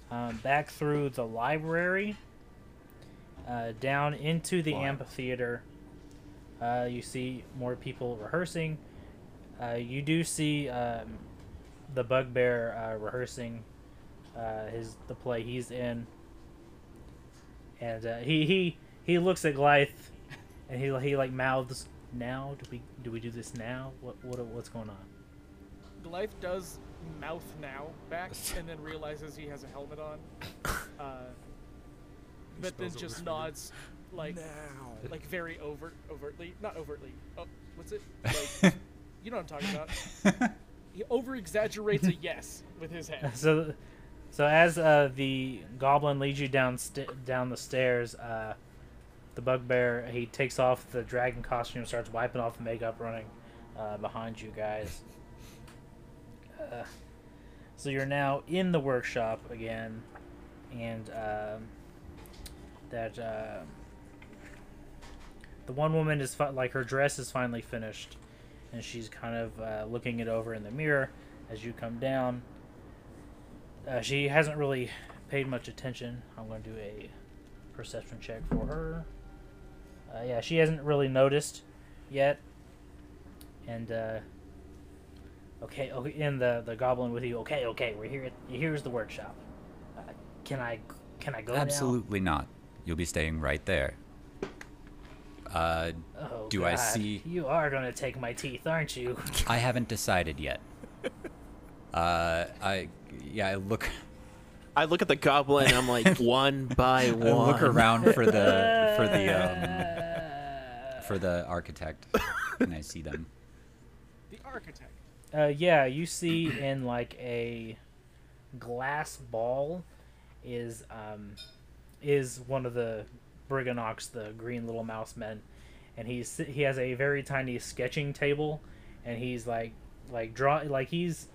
um, back through the library, uh, down into the
Wow.
amphitheater. Uh, you see more people rehearsing. Uh, you do see um, the bugbear uh, rehearsing uh, his the play he's in, and uh, he he he looks at Glythe, and he he like mouths, "Now do we do we do this now? What what what's going on?"
Glyph does mouth now back and then realizes he has a helmet on. Uh, but then
spells it
just
with-
nods, like like very overt, overtly, not overtly. Oh, what's it? Like, you know what I'm talking about. He over exaggerates a yes with his head.
So, so as uh, the goblin leads you down st- down the stairs, uh, the bugbear he takes off the dragon costume, starts wiping off the makeup, running uh, behind you guys. Uh, so you're now in the workshop again, and um that uh, the one woman is fi- like her dress is finally finished, and she's kind of uh, looking it over in the mirror as you come down. Uh, she hasn't really paid much attention. I'm going to do a perception check for her. Uh, yeah, she hasn't really noticed yet. And uh, okay, okay, and the the goblin with you. Okay, okay, we're here. At, here's the workshop. Uh, can I can I go now?
Absolutely not. You'll be staying right there. Uh,
Oh,
Do I
God.
see-
You are going to take my teeth, aren't you?
I haven't decided yet. Uh, I yeah, I look
I look at the goblin. I'm like one by
I
one.
look around for the for the um, for the architect, and I see them.
The architect.
Uh, yeah, you see in like a glass ball is um, is one of the Briganox, the green little mouse men, and he's he has a very tiny sketching table, and he's like like draw like he's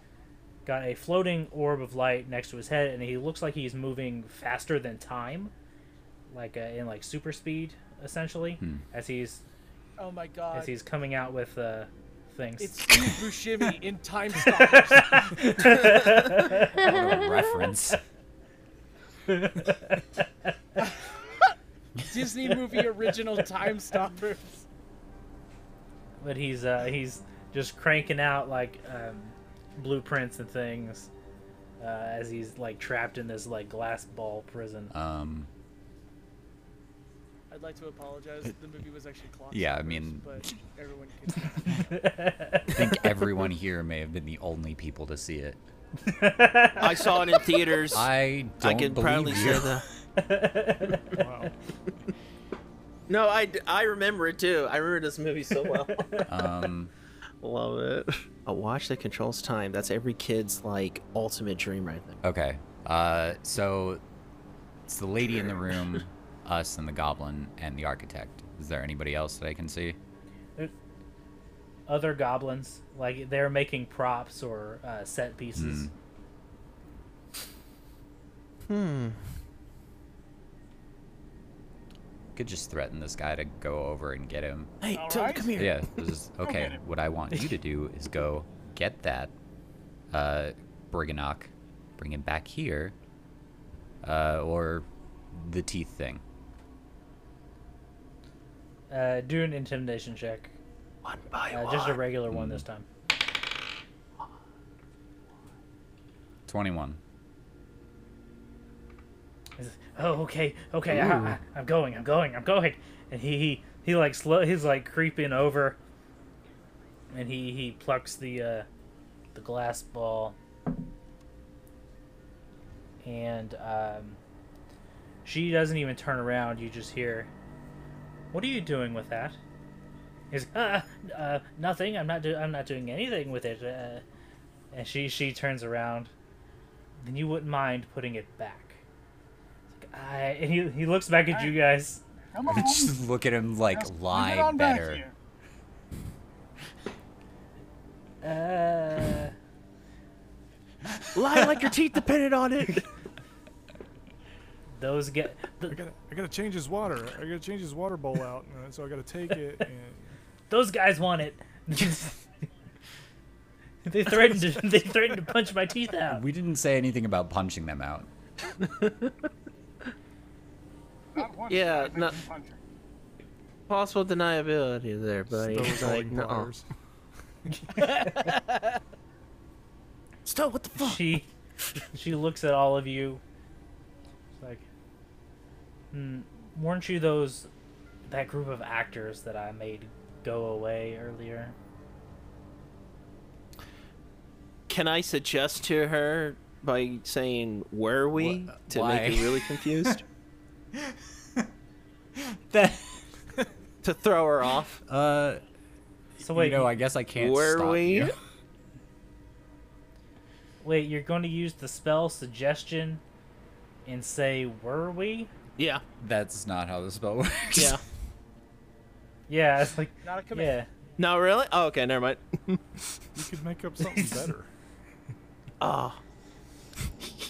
got a floating orb of light next to his head, and he looks like he's moving faster than time, like uh, in like super speed essentially, as he's
Oh my god.
as he's coming out with uh, things.
It's Steve Buscemi in Time Stoppers.
What a reference!
Disney movie original Time Stoppers.
but he's uh, he's just cranking out like um, blueprints and things uh, as he's like trapped in this like glass ball prison.
Um,
I'd like to apologize. The movie was actually clocked.
Yeah, I mean-
But everyone can.
I think everyone here may have been the only people to see it.
I saw it in theaters. I,
I don't
can
believe
proudly
you.
say that.
Wow.
No, I, I remember it too. I remember this movie so well.
Um,
Love it. A watch that controls time. That's every kid's like ultimate dream right there.
Okay. Uh, so it's the lady in the room, us and the goblin and the architect. Is there anybody else that I can see?
Other goblins like they're making props or uh, set pieces.
Could just threaten this guy to go over and get him.
Hey,
All
Toad,
right.
come here.
Yeah. This is, okay. What I want you to do is go get that uh, Briganock, bring him back here, uh, or the teeth thing.
Uh, do an intimidation check,
One by
uh,
one.
just a regular one this time.
Twenty-one.
He's, oh, okay, okay, I, I, I'm going, I'm going, I'm going. And he, he, he like slow, he's like creeping over, and he he plucks the uh, the glass ball, and um, she doesn't even turn around. You just hear, "What are you doing with that?" He's, uh, uh, nothing. I'm not. Do- I'm not doing anything with it. Uh, and she she turns around. Then you wouldn't mind putting it back. I, and he, he looks back at you guys.
Come on.
Just look at him like
Just bring it
lie
on back
better.
here.
Uh,
Lie like your teeth depended on it.
those get.
I
Th-
gotta, I gotta change his water. I gotta change his water bowl out, and uh, so I gotta take it. And
those guys want it. they threatened to they threatened to punch my teeth out.
We didn't say anything about punching them out.
Not once
Yeah,
have I been
no-
punched.
Possible deniability there, buddy.
Stole
It's like,
bowling
no.
pliers.
Stop! What the fuck?
She she looks at all of you. She's like, hmm, weren't you those that group of actors that I made go away earlier?
Can I suggest to her by saying "Were we?"
Wh-
to
why?
make her really confused,
That,
to throw her off?
uh,
So wait,
you know, I guess I can't
Were
stop
we?
you.
wait, you're going to use the spell suggestion and say were we?
Yeah,
That's not how the spell works.
yeah.
Yeah, it's like
Not a command.
yeah.
no, really? Oh, okay, never mind.
You could make up something better.
Oh,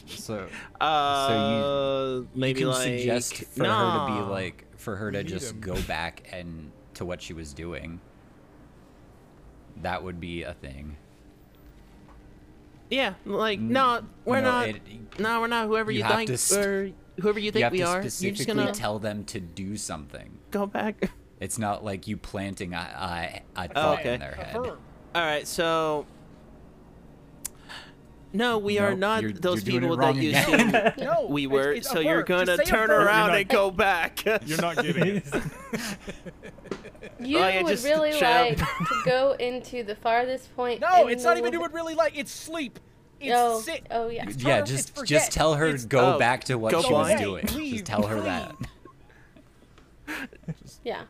So
uh,
Ah. So
maybe
you can
like
suggest for her to
nah.
be like for her to
Lead
just
him.
go back and to what she was doing. That would be a thing.
yeah, like no, we're
Mm, No,
not.
it-
no, we're not. Whoever
you
you,
have
think,
to st-
or whoever you
you
think
have
we
to
are, you're just
specifically
gonna
tell them to do something.
go back.
It's not like you planting a, a, a
Oh,
thought
okay.
in their
A
head.
verb.
All right, so no, we are
Nope,
not
you're-
those
you're doing it
people that
wrong
you
again.
see.
No.
We
it's-
were.
it's a
so you're
verb. Just
gonna
say a
turn
verb.
around
not-
and go back.
You're not getting it.
You
Like, I
would
just
really
shout-
like to go into the farthest point.
No,
in
it's
the
not even you
wood-
would really like. It's sleep. It's
oh,
sit.
oh yeah.
It's
Yeah,
her,
just
it's forget.
just tell her
It's-
to go
oh,
back to what
go
she was
away,
doing.
leave,
just tell her
leave.
that.
Yeah.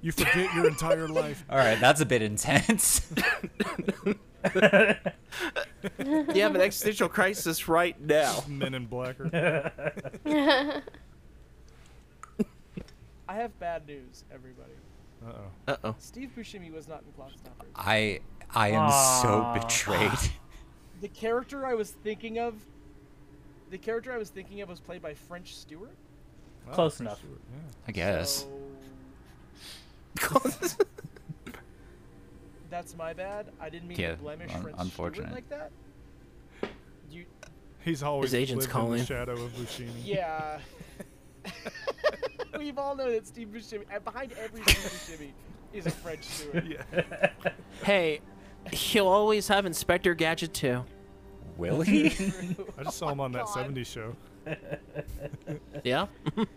You forget your entire life.
All right, that's a bit intense.
you have an existential crisis right now.
Men in black. Are,
I have bad news, everybody.
uh-oh.
Uh oh.
Steve Buscemi was not in Clockstopper.
I I am
Aw.
so betrayed.
The character I was thinking of, the character I was thinking of was played by French Stewart.
Wow,
Close
for
enough.
sure, yeah.
I guess.
So that's my bad. I didn't mean
Yeah,
to blemish
un-
French
unfortunate.
Stewart like that. You,
He's always
His agent's
lived in
calling.
the shadow of Bushimi.
yeah. We've all known that Steve Buscemi, and behind every Steve Buscemi, is a French Stewart.
Yeah.
Hey, he'll always have Inspector Gadget too.
Will he?
I just saw him on
Oh
that
God.
70s show.
Yeah.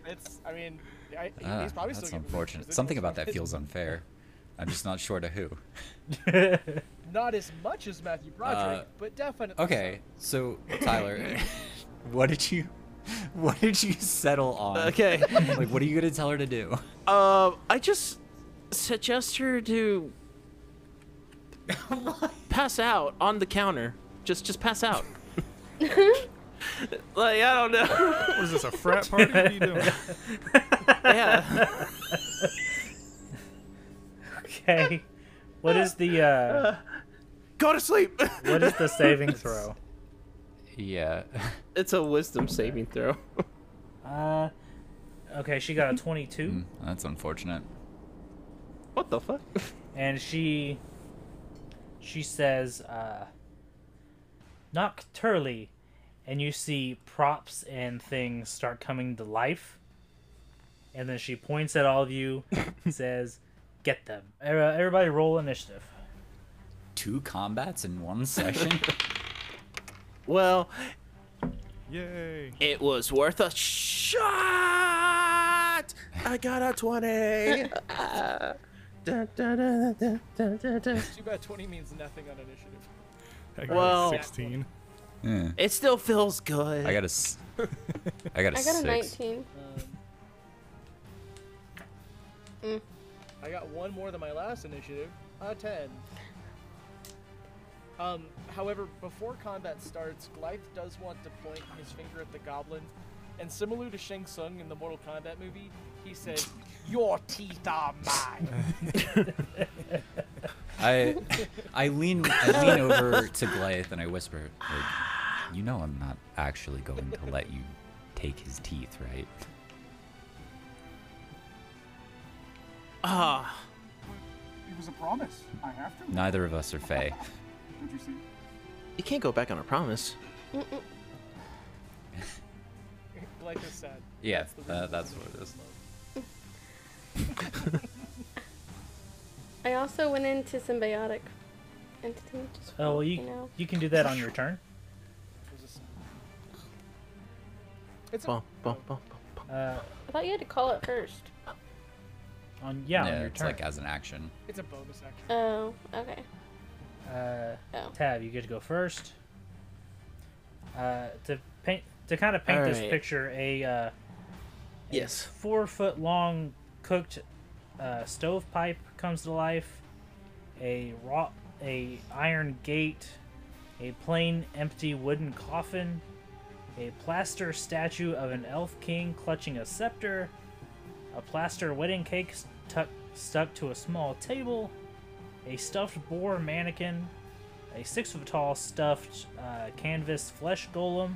It's, I mean, I, he-
Ah,
he's probably
that's
still getting
unfortunate.
residuals
Something about
from
that
it.
feels unfair. I'm just not sure to who.
Not as much as Matthew Broderick,
Uh,
but definitely.
Okay, so Tyler, what did you, what did you settle on?
Okay.
Like, what are you gonna tell her to do?
Uh, I just suggest her to pass out on the counter. Just, just pass out. like I don't know.
What is this, a frat party? What are you doing?
yeah.
Okay. What is the uh
Go to sleep.
what is the saving throw?
Yeah.
It's a wisdom saving throw.
Uh okay, she got a 22.
That's unfortunate.
What the fuck?
and she she says uh nocturly and you see props and things start coming to life and then she points at all of you and says get them Er- uh, everybody roll initiative
Two combats in one session?
Well,
Yay.
it was worth a shot. I got a twenty. Dun, dun, dun, dun, dun, dun, dun.
Too bad 20 means nothing on initiative.
I got a
Well-
16.
Eh,
It still feels good.
I got a. s- I got a
I got
six.
a 19.
Um,
Mm.
I got one more than my last initiative, a 10. Um, however, before combat starts, Glyph does want to point his finger at the goblin And similar to Shang Tsung in the Mortal Kombat movie, he says, "Your teeth are mine."
I I lean I lean over to Goliath and I whisper, like, "You know, I'm not actually going to let you take his teeth, right?"
Ah,
It was a promise. I have to.
Neither of us are Fey.
Don't you see?
you can't go back on a promise.
Like I said.
Yeah,
That's the
uh,
reason
that's
it's
what it is.
I also went into symbiotic entity. Just
Oh well,
you
you
know.
you can do that on your turn.
There's a sign. It's a,
Bum, bum, bum, bum, bum.
Uh,
I thought you had to call it first.
on yeah, on your
it's
turn.
like as an action.
it's a bonus action.
Oh, okay.
uh,
Oh.
Tab, you get to go first. Uh, to paint to kind of paint this
Alright.
picture, a uh,
Yes.
four foot long cooked uh, stovepipe comes to life, a raw, a iron gate, a plain empty wooden coffin, a plaster statue of an elf king clutching a scepter, a plaster wedding cake stuck stuck to a small table, a stuffed boar mannequin, a six foot tall stuffed uh, canvas flesh golem,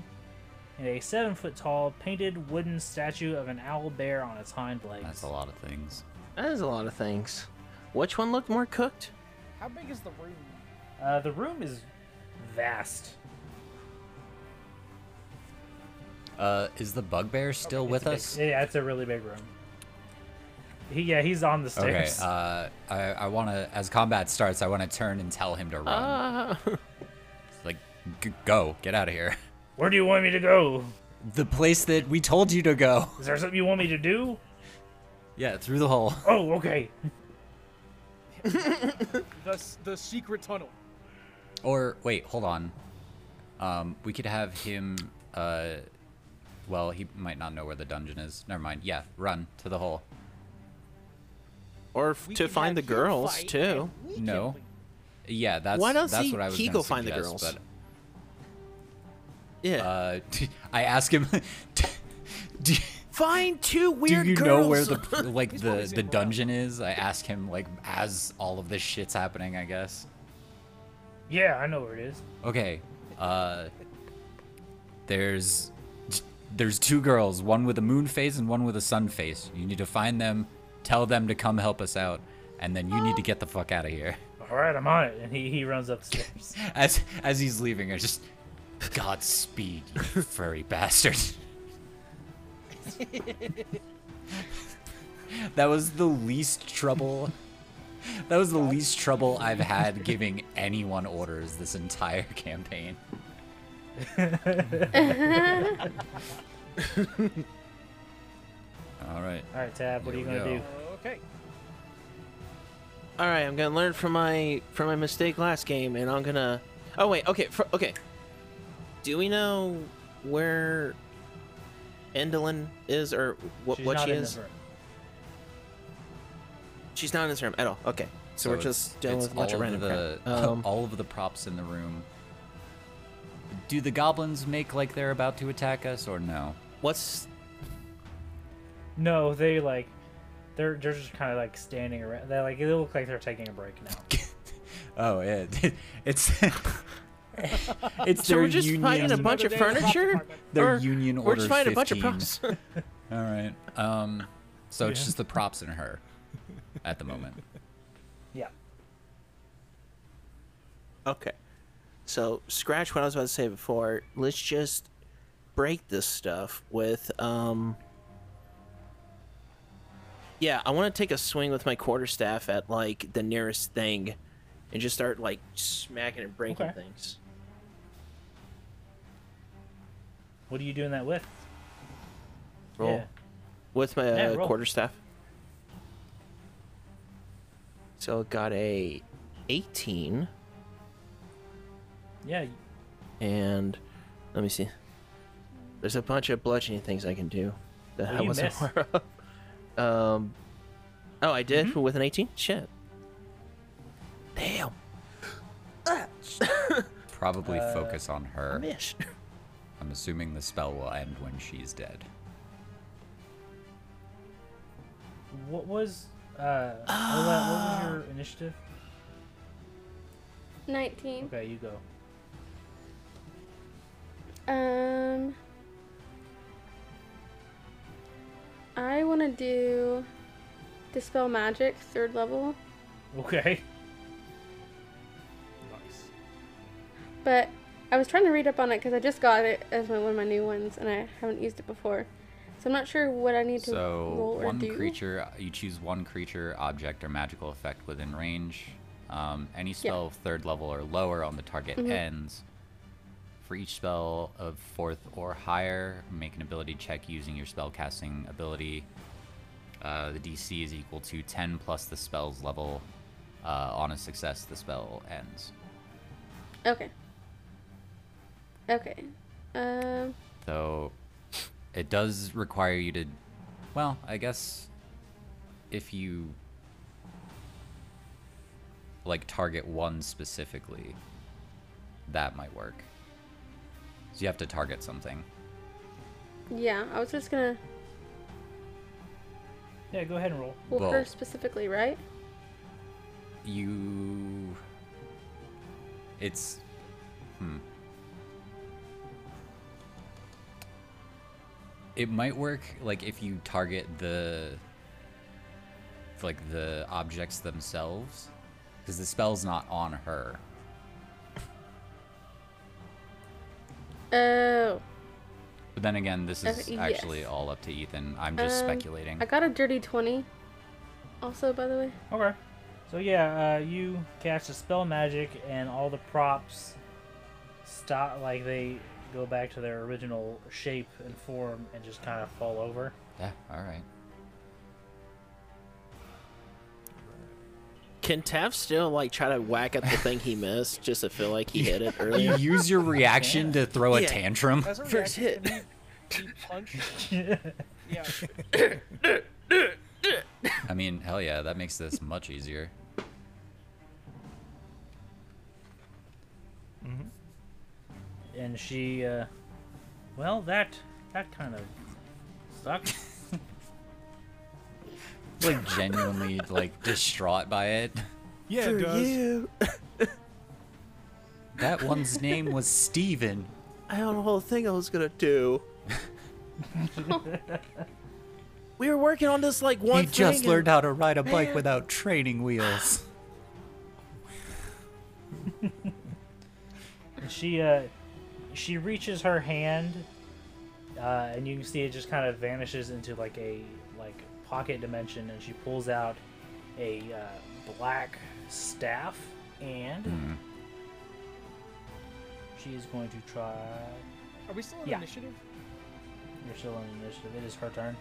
and a seven foot tall painted wooden statue of an owl bear on its hind legs.
That's a lot of things.
That is a lot of things. Which one looked more cooked?
How big is the room?
Uh, the room is vast.
Uh, is the bugbear still with us?
Yeah, it's a really big room. He, yeah, he's on the
Okay.
stairs.
Uh, I I want to as combat starts, I want to turn and tell him to run.
Ah,
like, g- go, get out of here.
Where do you want me to go?
The place that we told you to go.
Is there something you want me to do?
Yeah, through the hole.
Oh, okay.
The s- the secret tunnel.
Or wait, hold on. Um, we could have him. Uh, well, he might not know where the dungeon is. Never mind. Yeah, run to the hole.
or f-
We
to
can
find the
have you
girls
fight
too.
and we can
No.
leave.
Yeah, that's
Why don't
that's
he-
what I was
he
gonna
go find the
suggest,
girls?
But,
Yeah.
uh, I ask him. do,
find two
do
weird
you know where
girls.
the like
He's probably
the the
seen around.
dungeon is? I ask him like as all of this shit's happening. I guess.
Yeah, I know where it is.
Okay. Uh there's there's two girls, one with a moon face and one with a sun face. You need to find them, tell them to come help us out, and then you need to get the fuck out of here.
All right, I'm on it. And he, he runs upstairs.
As as he's leaving, I just Godspeed, you furry bastard. that was the least trouble. That was the least trouble I've had giving anyone orders this entire campaign. All right.
All right, Tab, what are you
Here we
going to do?
Okay.
All right, I'm gonna learn from my from my mistake last game, and I'm gonna. Oh wait, okay, fr okay. Do we know where Endolin is, or what
She's
what
not
she
in
is?
the room.
She's not in this room at all. Okay, so, we're
it's-
just dealing
it's
with a bunch of
all
random
the,
crap. Um,
all of the props in the room. Do the goblins make like they're about to attack us or no?
what's
No, they like, they're they're just kind of like standing around. They like they look like they're taking a break now.
Oh yeah, it's it's
so
their
we're just finding a
union.
bunch of furniture.
Their
Or
union
We're just
order
finding a bunch of
15.
props.
All right. Um, so it's
Yeah.
just the props and her at the moment.
Yeah.
okay, so scratch what I was about to say before. Let's just break this stuff with um. Yeah, I want to take a swing with my quarterstaff at like the nearest thing, and just start like smacking and breaking
Okay.
things.
What are you doing that with?
Roll
Yeah.
with my
Yeah,
uh,
roll.
quarterstaff. So it got a eighteen,
Yeah. you-
and let me see. There's a bunch of bludgeoning things I can do that
Well,
I
you
wasn't
miss.
aware of. Um, oh, I did with an eighteen. Shit. Damn, Uh,
Probably focus on her.
missed.
I'm assuming the spell will end when she's dead.
What was uh, Ola,
Ah.
what was your initiative?
19.
Okay, you go.
Um. I want to do Dispel Magic, third level,
Okay.
Nice.
but I was trying to read up on it because I just got it as my, one of my new ones and I haven't used it before. So I'm not sure what I need to roll
So
or
one
do.
creature, you choose one creature, object, or magical effect within range. Um, any spell of third level or lower on the target
Mm-hmm.
ends. For each spell of fourth or higher, make an ability check using your spellcasting ability. Uh, the DC is equal to 10 plus the spell's level. Uh, on a success, the spell ends.
Okay. Okay. Um.
though it does require you to well i guess if you like target one specifically that might work so you have to target something
Yeah, I was just gonna.
Yeah, go ahead and roll.
Well,
Well-
her specifically, right?
you it's hmm it might work like if you target the like the objects themselves because the spell's not on her
Oh.
but then again this
Okay,
is actually
yes.
all up to ethan i'm just
Um,
speculating
I got a dirty 20. Also, by the way.
Okay. So yeah, uh, you cast a spell magic, and all the props stop, like they go back to their original shape and form, and just kind of fall over.
yeah all right
Can Tav still like try to whack at the thing he missed just to feel like he hit it
you
earlier?
use your reaction to throw a
Yeah.
tantrum
As a
First
reaction, can you- you punch? yeah.
i mean hell yeah that makes this much easier
And she, uh, well, that that kind of sucked.
like genuinely like distraught by it
Yeah, it does.
That one's name was Steven.
I had a whole thing I was gonna do. we were working on this like one
He
thing.
just
and-
learned how to ride a bike without training wheels.
She uh, she reaches her hand, uh, and you can see it just kind of vanishes into like a like pocket dimension, and she pulls out a uh, black staff, and she is going to try.
Are we still on
Yeah.
initiative?
You're still on initiative. It is her turn.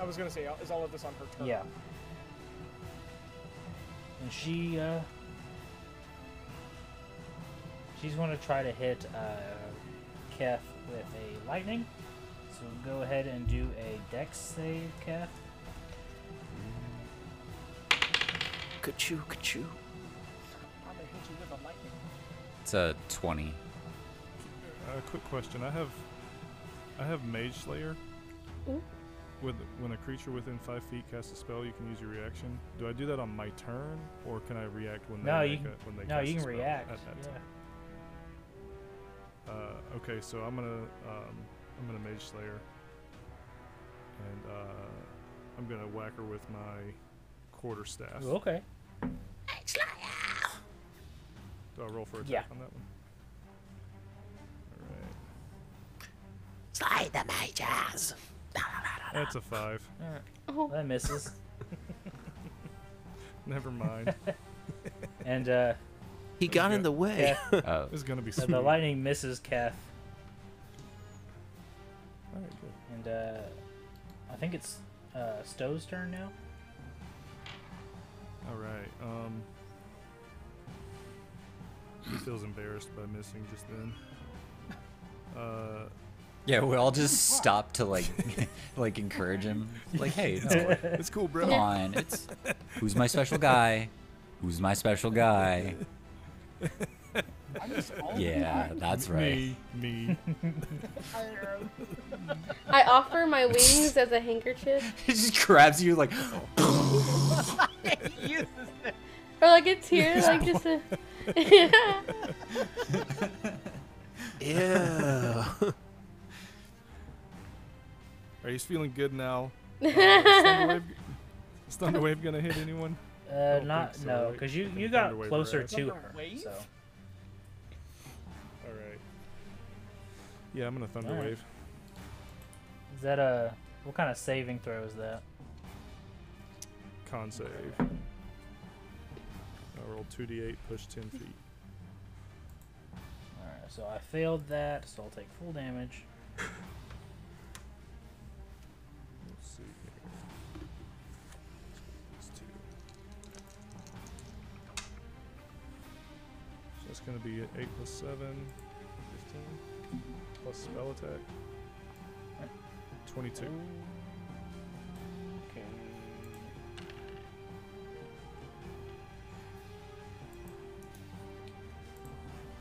I was gonna say, uh, is all of this on her turn?
Yeah. And she uh, she's going to try to hit uh, Kef with a lightning. So go ahead and do a dex save, Kef.
Ka-choo, ka-choo.
I'm gonna hit you with a lightning.
It's a 20.
Uh, quick question. I have, I have Mage Slayer.
Ooh.
With, when a creature within five feet casts a spell, you can use your reaction. Do I do that on my turn, or can I react when they
No,
make
you can-
a- when they
No,
cast
you
a
can
spell
react.
at that
Yeah.
time? Uh, okay, so I'm gonna um, I'm gonna Mage Slayer, and uh, I'm gonna whack her with my quarter staff.
Ooh, okay.
Do I roll for attack
Yeah.
on that one? All right.
Slide the mages.
That's a five.
Oh.
That misses.
Never mind.
and uh,
He got in the way.
Kef,
Uh,
This is gonna be
the-
sweet.
the lightning misses Kef.
All right, good.
And uh, I think it's uh, Stowe's turn now.
All right. Um, he feels embarrassed by missing just then. Uh,
yeah, we all just stop to like like encourage him. Like, hey, no, like,
it's cool, bro.
come on. It's who's my special guy? Who's my special guy?
I'm just all
Yeah,
behind.
that's right.
Me, me.
I offer my wings as a handkerchief
He just grabs you like,
You-
or like a tear, like just a. yeah.
Yeah.
Are you feeling good now? Uh, is Thunder Wave- is Thunder Wave gonna hit anyone?
Uh,
don't
not
think so.
no,
I
because you
think
you
Thunder
got
Wave
closer
wraps.
to
Thunder
her.
Wave?
So
All right. Yeah, I'm gonna Thunder
All right.
Wave.
is that a what kind of saving throw is that?
Con save. I roll 2d8, push 10 feet.
All right, so I failed that, so I'll take full damage.
Let's see here. It's two. So that's going to be 8 plus 7, 15, plus spell attack. 22.
Okay.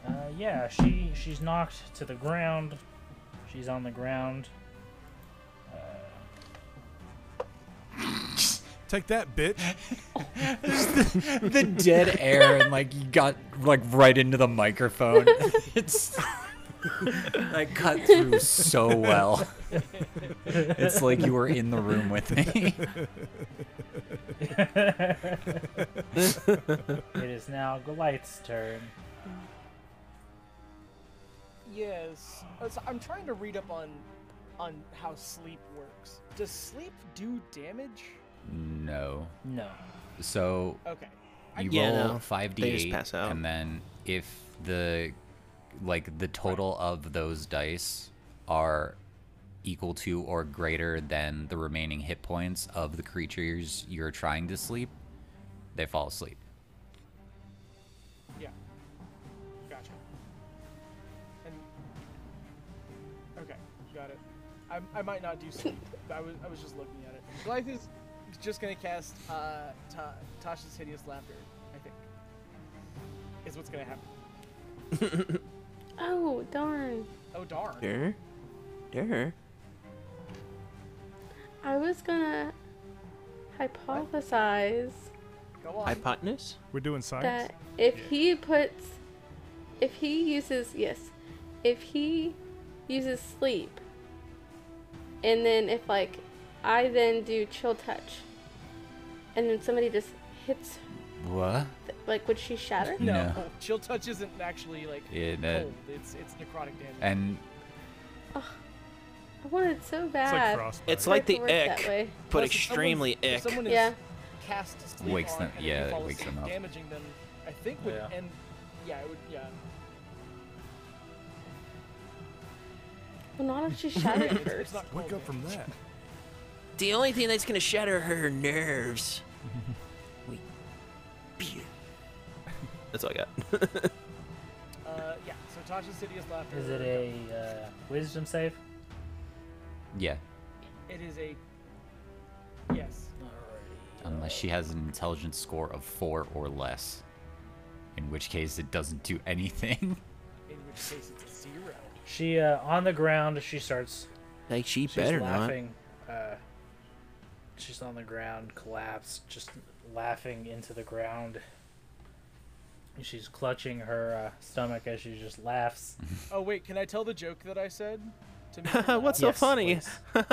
Uh, yeah, she she's knocked to the ground. She's on the ground.
Take that, bitch!
the dead air and like you got like right into the microphone. It's I cut through so well. It's like you were in the room with me.
It is now Golight's turn.
yes. Uh, so I'm trying to read up on on how sleep works. Does sleep do damage?
No.
No.
So
Okay.
you
Yeah,
roll
no.
five
They
d
just
eight,
pass out.
and then if the like the total of those dice are equal to or greater than the remaining hit points of the creatures you're trying to sleep, they fall asleep.
Yeah. Gotcha. And okay, got it. I, I might not do sleep. I was I was just looking at it. Glyph is just gonna cast uh, Ta- Tasha's hideous laughter. I think is what's gonna happen.
Oh darn!
Oh darn.
Sure. Sure.
I was gonna hypothesize
Go on.
Hypotenuse?
We're doing science?
that if he puts, if he uses yes, if he uses sleep, and then if like I then do chill touch, and then somebody just hits,
What?
like would she shatter?
no, Oh.
No.
chill touch isn't actually like
Yeah, that-
cold. It's it's necrotic damage.
And
I wanted so
It's like
bad.
frostbite.
It's like the
It works that
ick,
way.
but
Plus, if
extremely
someone, if
ick.
someone is
yeah.
Cast sleep
Wakes
on
them-
and then
yeah,
they
it
fall
wakes
asleep,
them up.
Damaging them, I think would
Yeah.
end. Yeah, it would. Yeah.
Well, not if she shattered
It's, it's
first.
not cold
Wake up
damage.
from that.
The only thing that's gonna shatter her nerves. we That's all I got.
Uh, yeah, so Tasha's Hideous Laughter.
Is it a uh, wisdom save?
yeah,
It is a. Yes.
unless she has an intelligence score of four or less, in which case it doesn't do anything.
In which case it's a zero.
She uh, on the ground. She starts.
like she
She's
better
laughing. Uh, she's on the ground, collapsed, just laughing into the ground. And She's clutching her uh, stomach as she just laughs.
Oh, wait, can I tell the joke that I said? To make her
not. What's
laugh?
so funny?
please.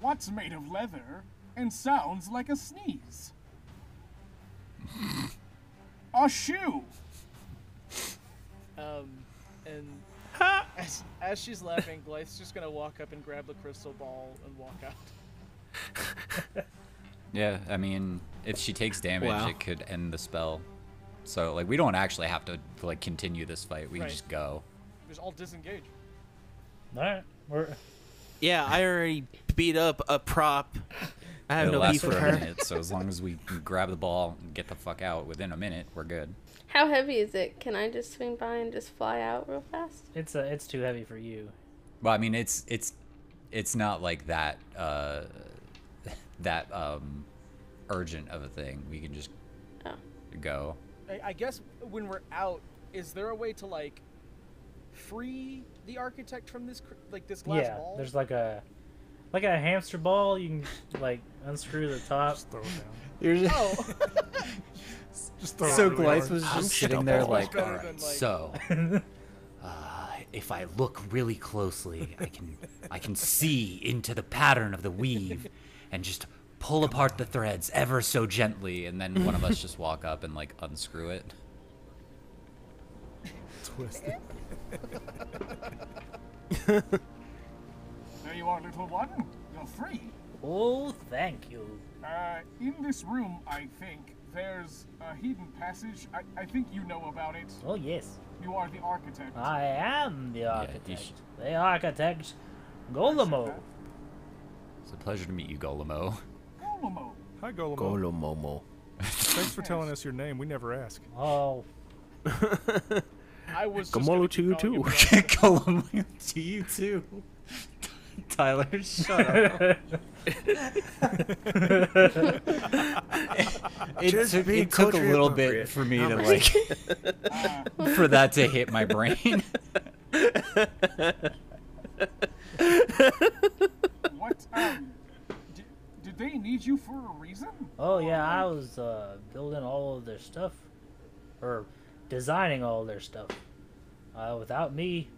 What's made of leather and sounds like a sneeze? a shoe.
Um, and as, as she's laughing, Glythe's just gonna walk up and grab the crystal ball and walk out.
Yeah, I mean, if she takes damage,
Wow.
it could end the spell. So like, we don't actually have to like continue this fight. We
Right.
can just go.
There's all disengage.
All right, we're
Yeah, I already beat up a prop. I have
It'll
no
last
beef
for
with
a
her.
minute. So as long as we can grab the ball and get the fuck out within a minute, we're good.
How heavy is it? Can I just swing by and just fly out real fast?
it's uh, it's too heavy for you.
Well, I mean, it's it's it's not like that uh, that um, urgent of a thing. We can just
Oh.
go.
I, I guess when we're out, is there a way to like free the architect from this cr- like this glass
yeah,
wall?
there's like a like a hamster ball. You can like unscrew the top.
Just throw it down.
You're just,
oh,
Just throw
so
it really
Gleice
hard.
was
I'm
just
sitting
sitting
there
there
Much
like,
better
all right,
than, like-
so uh, if I look really closely, I can I can see into the pattern of the weave, and just pull apart the threads ever so gently, and then one of us just walk up and like unscrew it.
twist.
There you are, little one. You're free.
Oh, thank you.
Uh, in this room, I think, there's a hidden passage. I, I think you know about it.
Oh yes,
You are the architect.
I am the architect. the architect, Golemo.
It's a pleasure to meet you, Golemo.
Golemo.
Hi, Golem.
Golomomo.
Thanks for telling us your name. We never ask.
Oh,
I was.
Gamolo to you
just gonna
too.
keep calling
Golemo, to you too. Tyler, shut up. it
Just
took,
be
it took a
culturally
little
appropriate.
bit for me to
Not
like for that to hit my brain.
What? Um, did, did they need you for a reason?
oh yeah, I was uh, building all of their stuff, or designing all of their stuff. Uh, without me,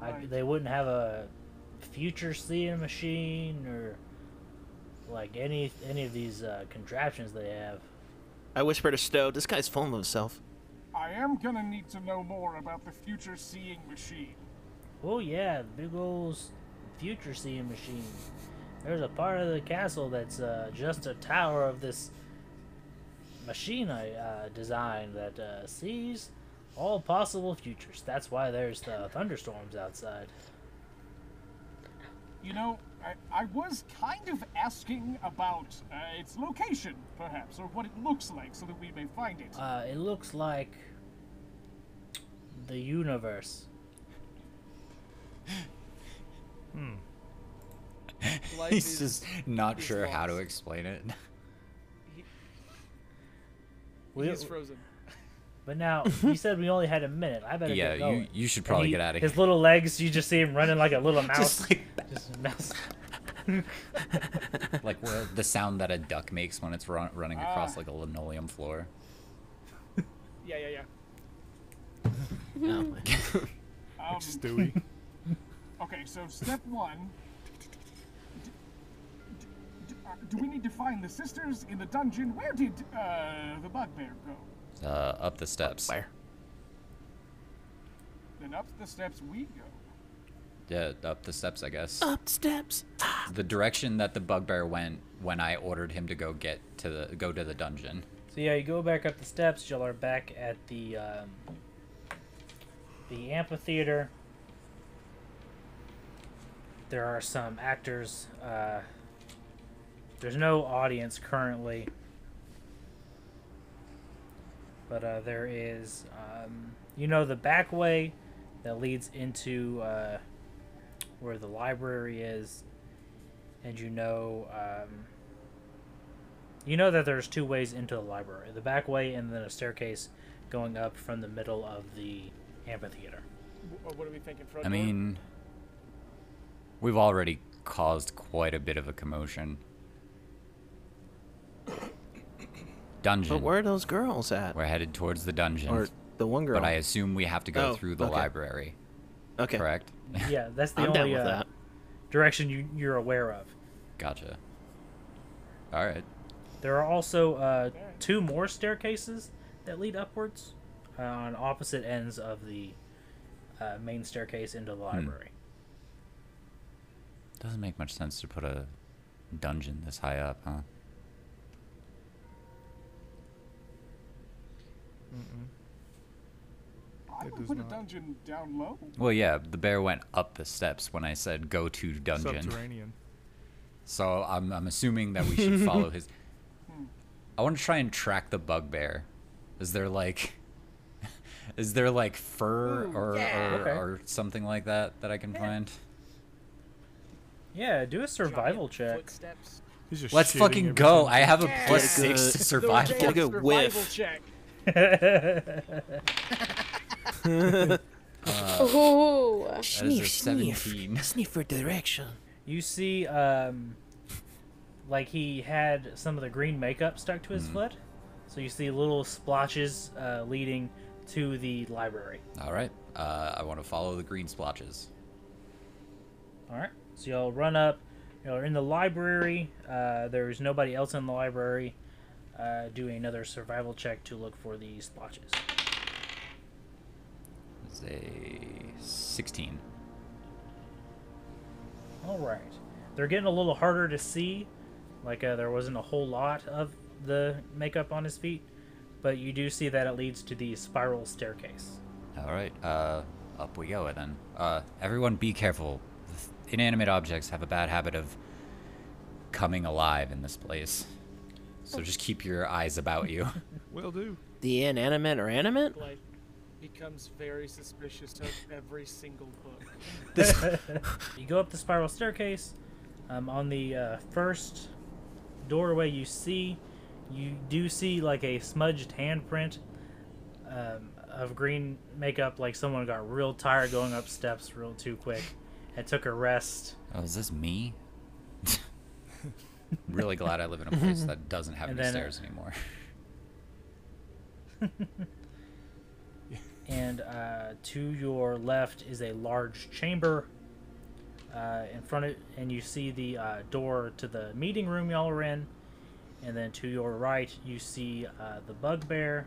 I,
Right.
they wouldn't have a future seeing machine or like any any of these uh, contraptions they have.
I whispered to Stowe, this guy's fooling himself.
I am gonna need to know more about the future seeing machine.
Oh yeah, the big old s- future seeing machine. There's a part of the castle that's uh, just a tower of this machine I uh, designed that uh, sees all possible futures. That's why there's the thunderstorms outside.
You know, I, I was kind of asking about uh, its location, perhaps, or what it looks like so that we may find it.
Uh, it looks like the universe.
Life
He's
is-
just not
is
sure how to
lost.
explain it.
We,
He's frozen.
but now you said we only had a minute. I better
Yeah,
get going.
you you should
And
probably
he-
get out of
his
here.
little legs, you just see him running like a little mouse.
Just like
Just a mouse.
like wha- the sound that a duck makes when it's run, running across like a linoleum floor.
Yeah, yeah, yeah.
Um,
Stewie.
okay, so step one. D- d- d- uh, Do we need to find the sisters in the dungeon? Where did uh, the bugbear go?
Uh, up the steps.
Where?
Then up the steps we go.
Yeah, up the steps, I guess.
Up the steps. Ah.
The direction that the bugbear went when I ordered him to go get to the go to the dungeon.
So yeah, you go back up the steps. Y'all are back at the um, the amphitheater. There are some actors. Uh, there's no audience currently, but uh, there is. Um, you know the back way that leads into uh, where the library is, and you know. Um, you know that there's two ways into the library the back way and then a staircase going up from the middle of the amphitheater.
W- Or what are we thinking? Front
I
door?
mean, we've already caused quite a bit of a commotion.
But
Dungeon.
where are those girls at?
We're headed towards the dungeon,
Or the one girl?
but I assume we have to go
Oh,
through the
okay.
library,
okay.
correct?
Yeah, that's the
I'm down
only
with
uh,
that.
direction you, you're aware of.
Gotcha. All right.
There are also uh, two more staircases that lead upwards uh, on opposite ends of the uh, main staircase into
Hmm.
the library.
Doesn't make much sense to put a dungeon this high up, huh?
I
It
would
does
put
not.
a dungeon down low.
Well, yeah, the bear went up the steps when I said go to dungeon.
Subterranean.
So I'm, I'm assuming that we should follow his. I want to try and track the bugbear. Is there like, is there like fur or or,
Okay.
or something like that that I can find?
Yeah, do a survival
Giant
check.
Footsteps.
He's just
Let's
shitting
fucking
every
go!
time-
I have a plus
Yeah.
six to
Good.
No, giant
survival.
Gotta go
survival
whiff.
check.
Oh.
Ooh.
That is a 17.
Sniff for direction.
you see, um, like he had some of the green makeup stuck to his foot, so you see little splotches uh, leading to the library.
All right. Uh, I want to follow the green splotches.
All right. So y'all run up. Y'all are in the library. Uh, there's nobody else in the library. Uh, do another survival check to look for the splotches.
It's a 16.
All right. They're getting a little harder to see. Like uh, there wasn't a whole lot of the makeup on his feet, but you do see that it leads to the spiral staircase.
All right. Uh, up we go then. Uh, everyone, be careful. Inanimate objects have a bad habit of coming alive in this place. So just keep your eyes about you.
Will do.
The inanimate or animate?
Like, becomes very suspicious of every single book.
You go up the spiral staircase. Um, on the uh, first doorway, you see, you do see like a smudged handprint um, of green makeup. Like someone got real tired going up steps real too quick, and took a rest.
oh, is this me? really glad I live in a place that doesn't have
And
any
then, uh,
stairs anymore.
and uh, to your left is a large chamber. Uh, in front of, and you see the uh, door to the meeting room y'all are in, and then to your right you see uh, the bugbear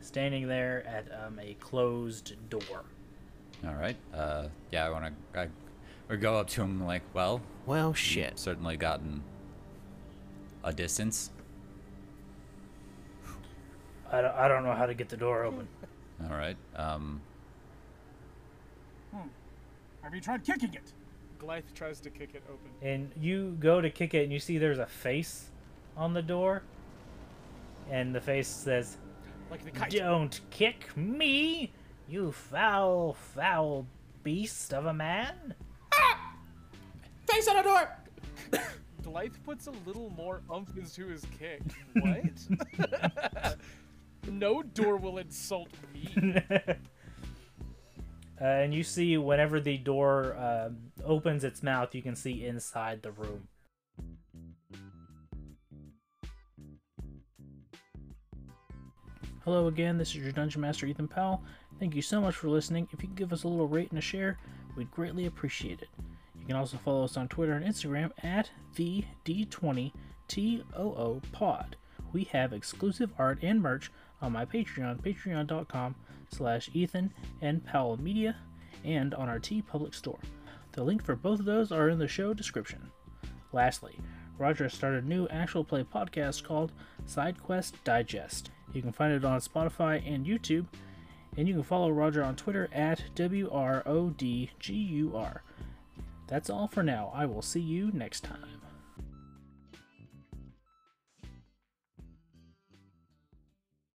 standing there at um, a closed door.
All right. Uh, yeah, I want to. I, or go up to him like, well,
Well,
you've
shit.
certainly gotten a distance.
I don't, I don't know how to get the door open.
All right. Um,
Have you tried kicking it?
Glythe tries to kick it open.
And you go to kick it, and you see there's a face on the door, and the face says,
Like the kite.
Don't kick me, you foul, foul beast of a man.
Face on a door!
Glythe puts a little more umph into his kick. What? no door will insult me.
uh, and you see, whenever the door um, opens its mouth, you can see inside the room. Hello again, this is your Dungeon Master Ethan Powell. Thank you so much for listening. If you could give us a little rate and a share, we'd greatly appreciate it. You can also follow us on Twitter and Instagram at the D20TOO Pod. We have exclusive art and merch on my Patreon, patreon.com slash Ethan and Powell Media, and on our T Public Store. The link for both of those are in the show description. Lastly, Roger started a new actual play podcast called SideQuest Digest. You can find it on Spotify and YouTube, and you can follow Roger on Twitter at WRODGUR. That's all for now. I will see you next time.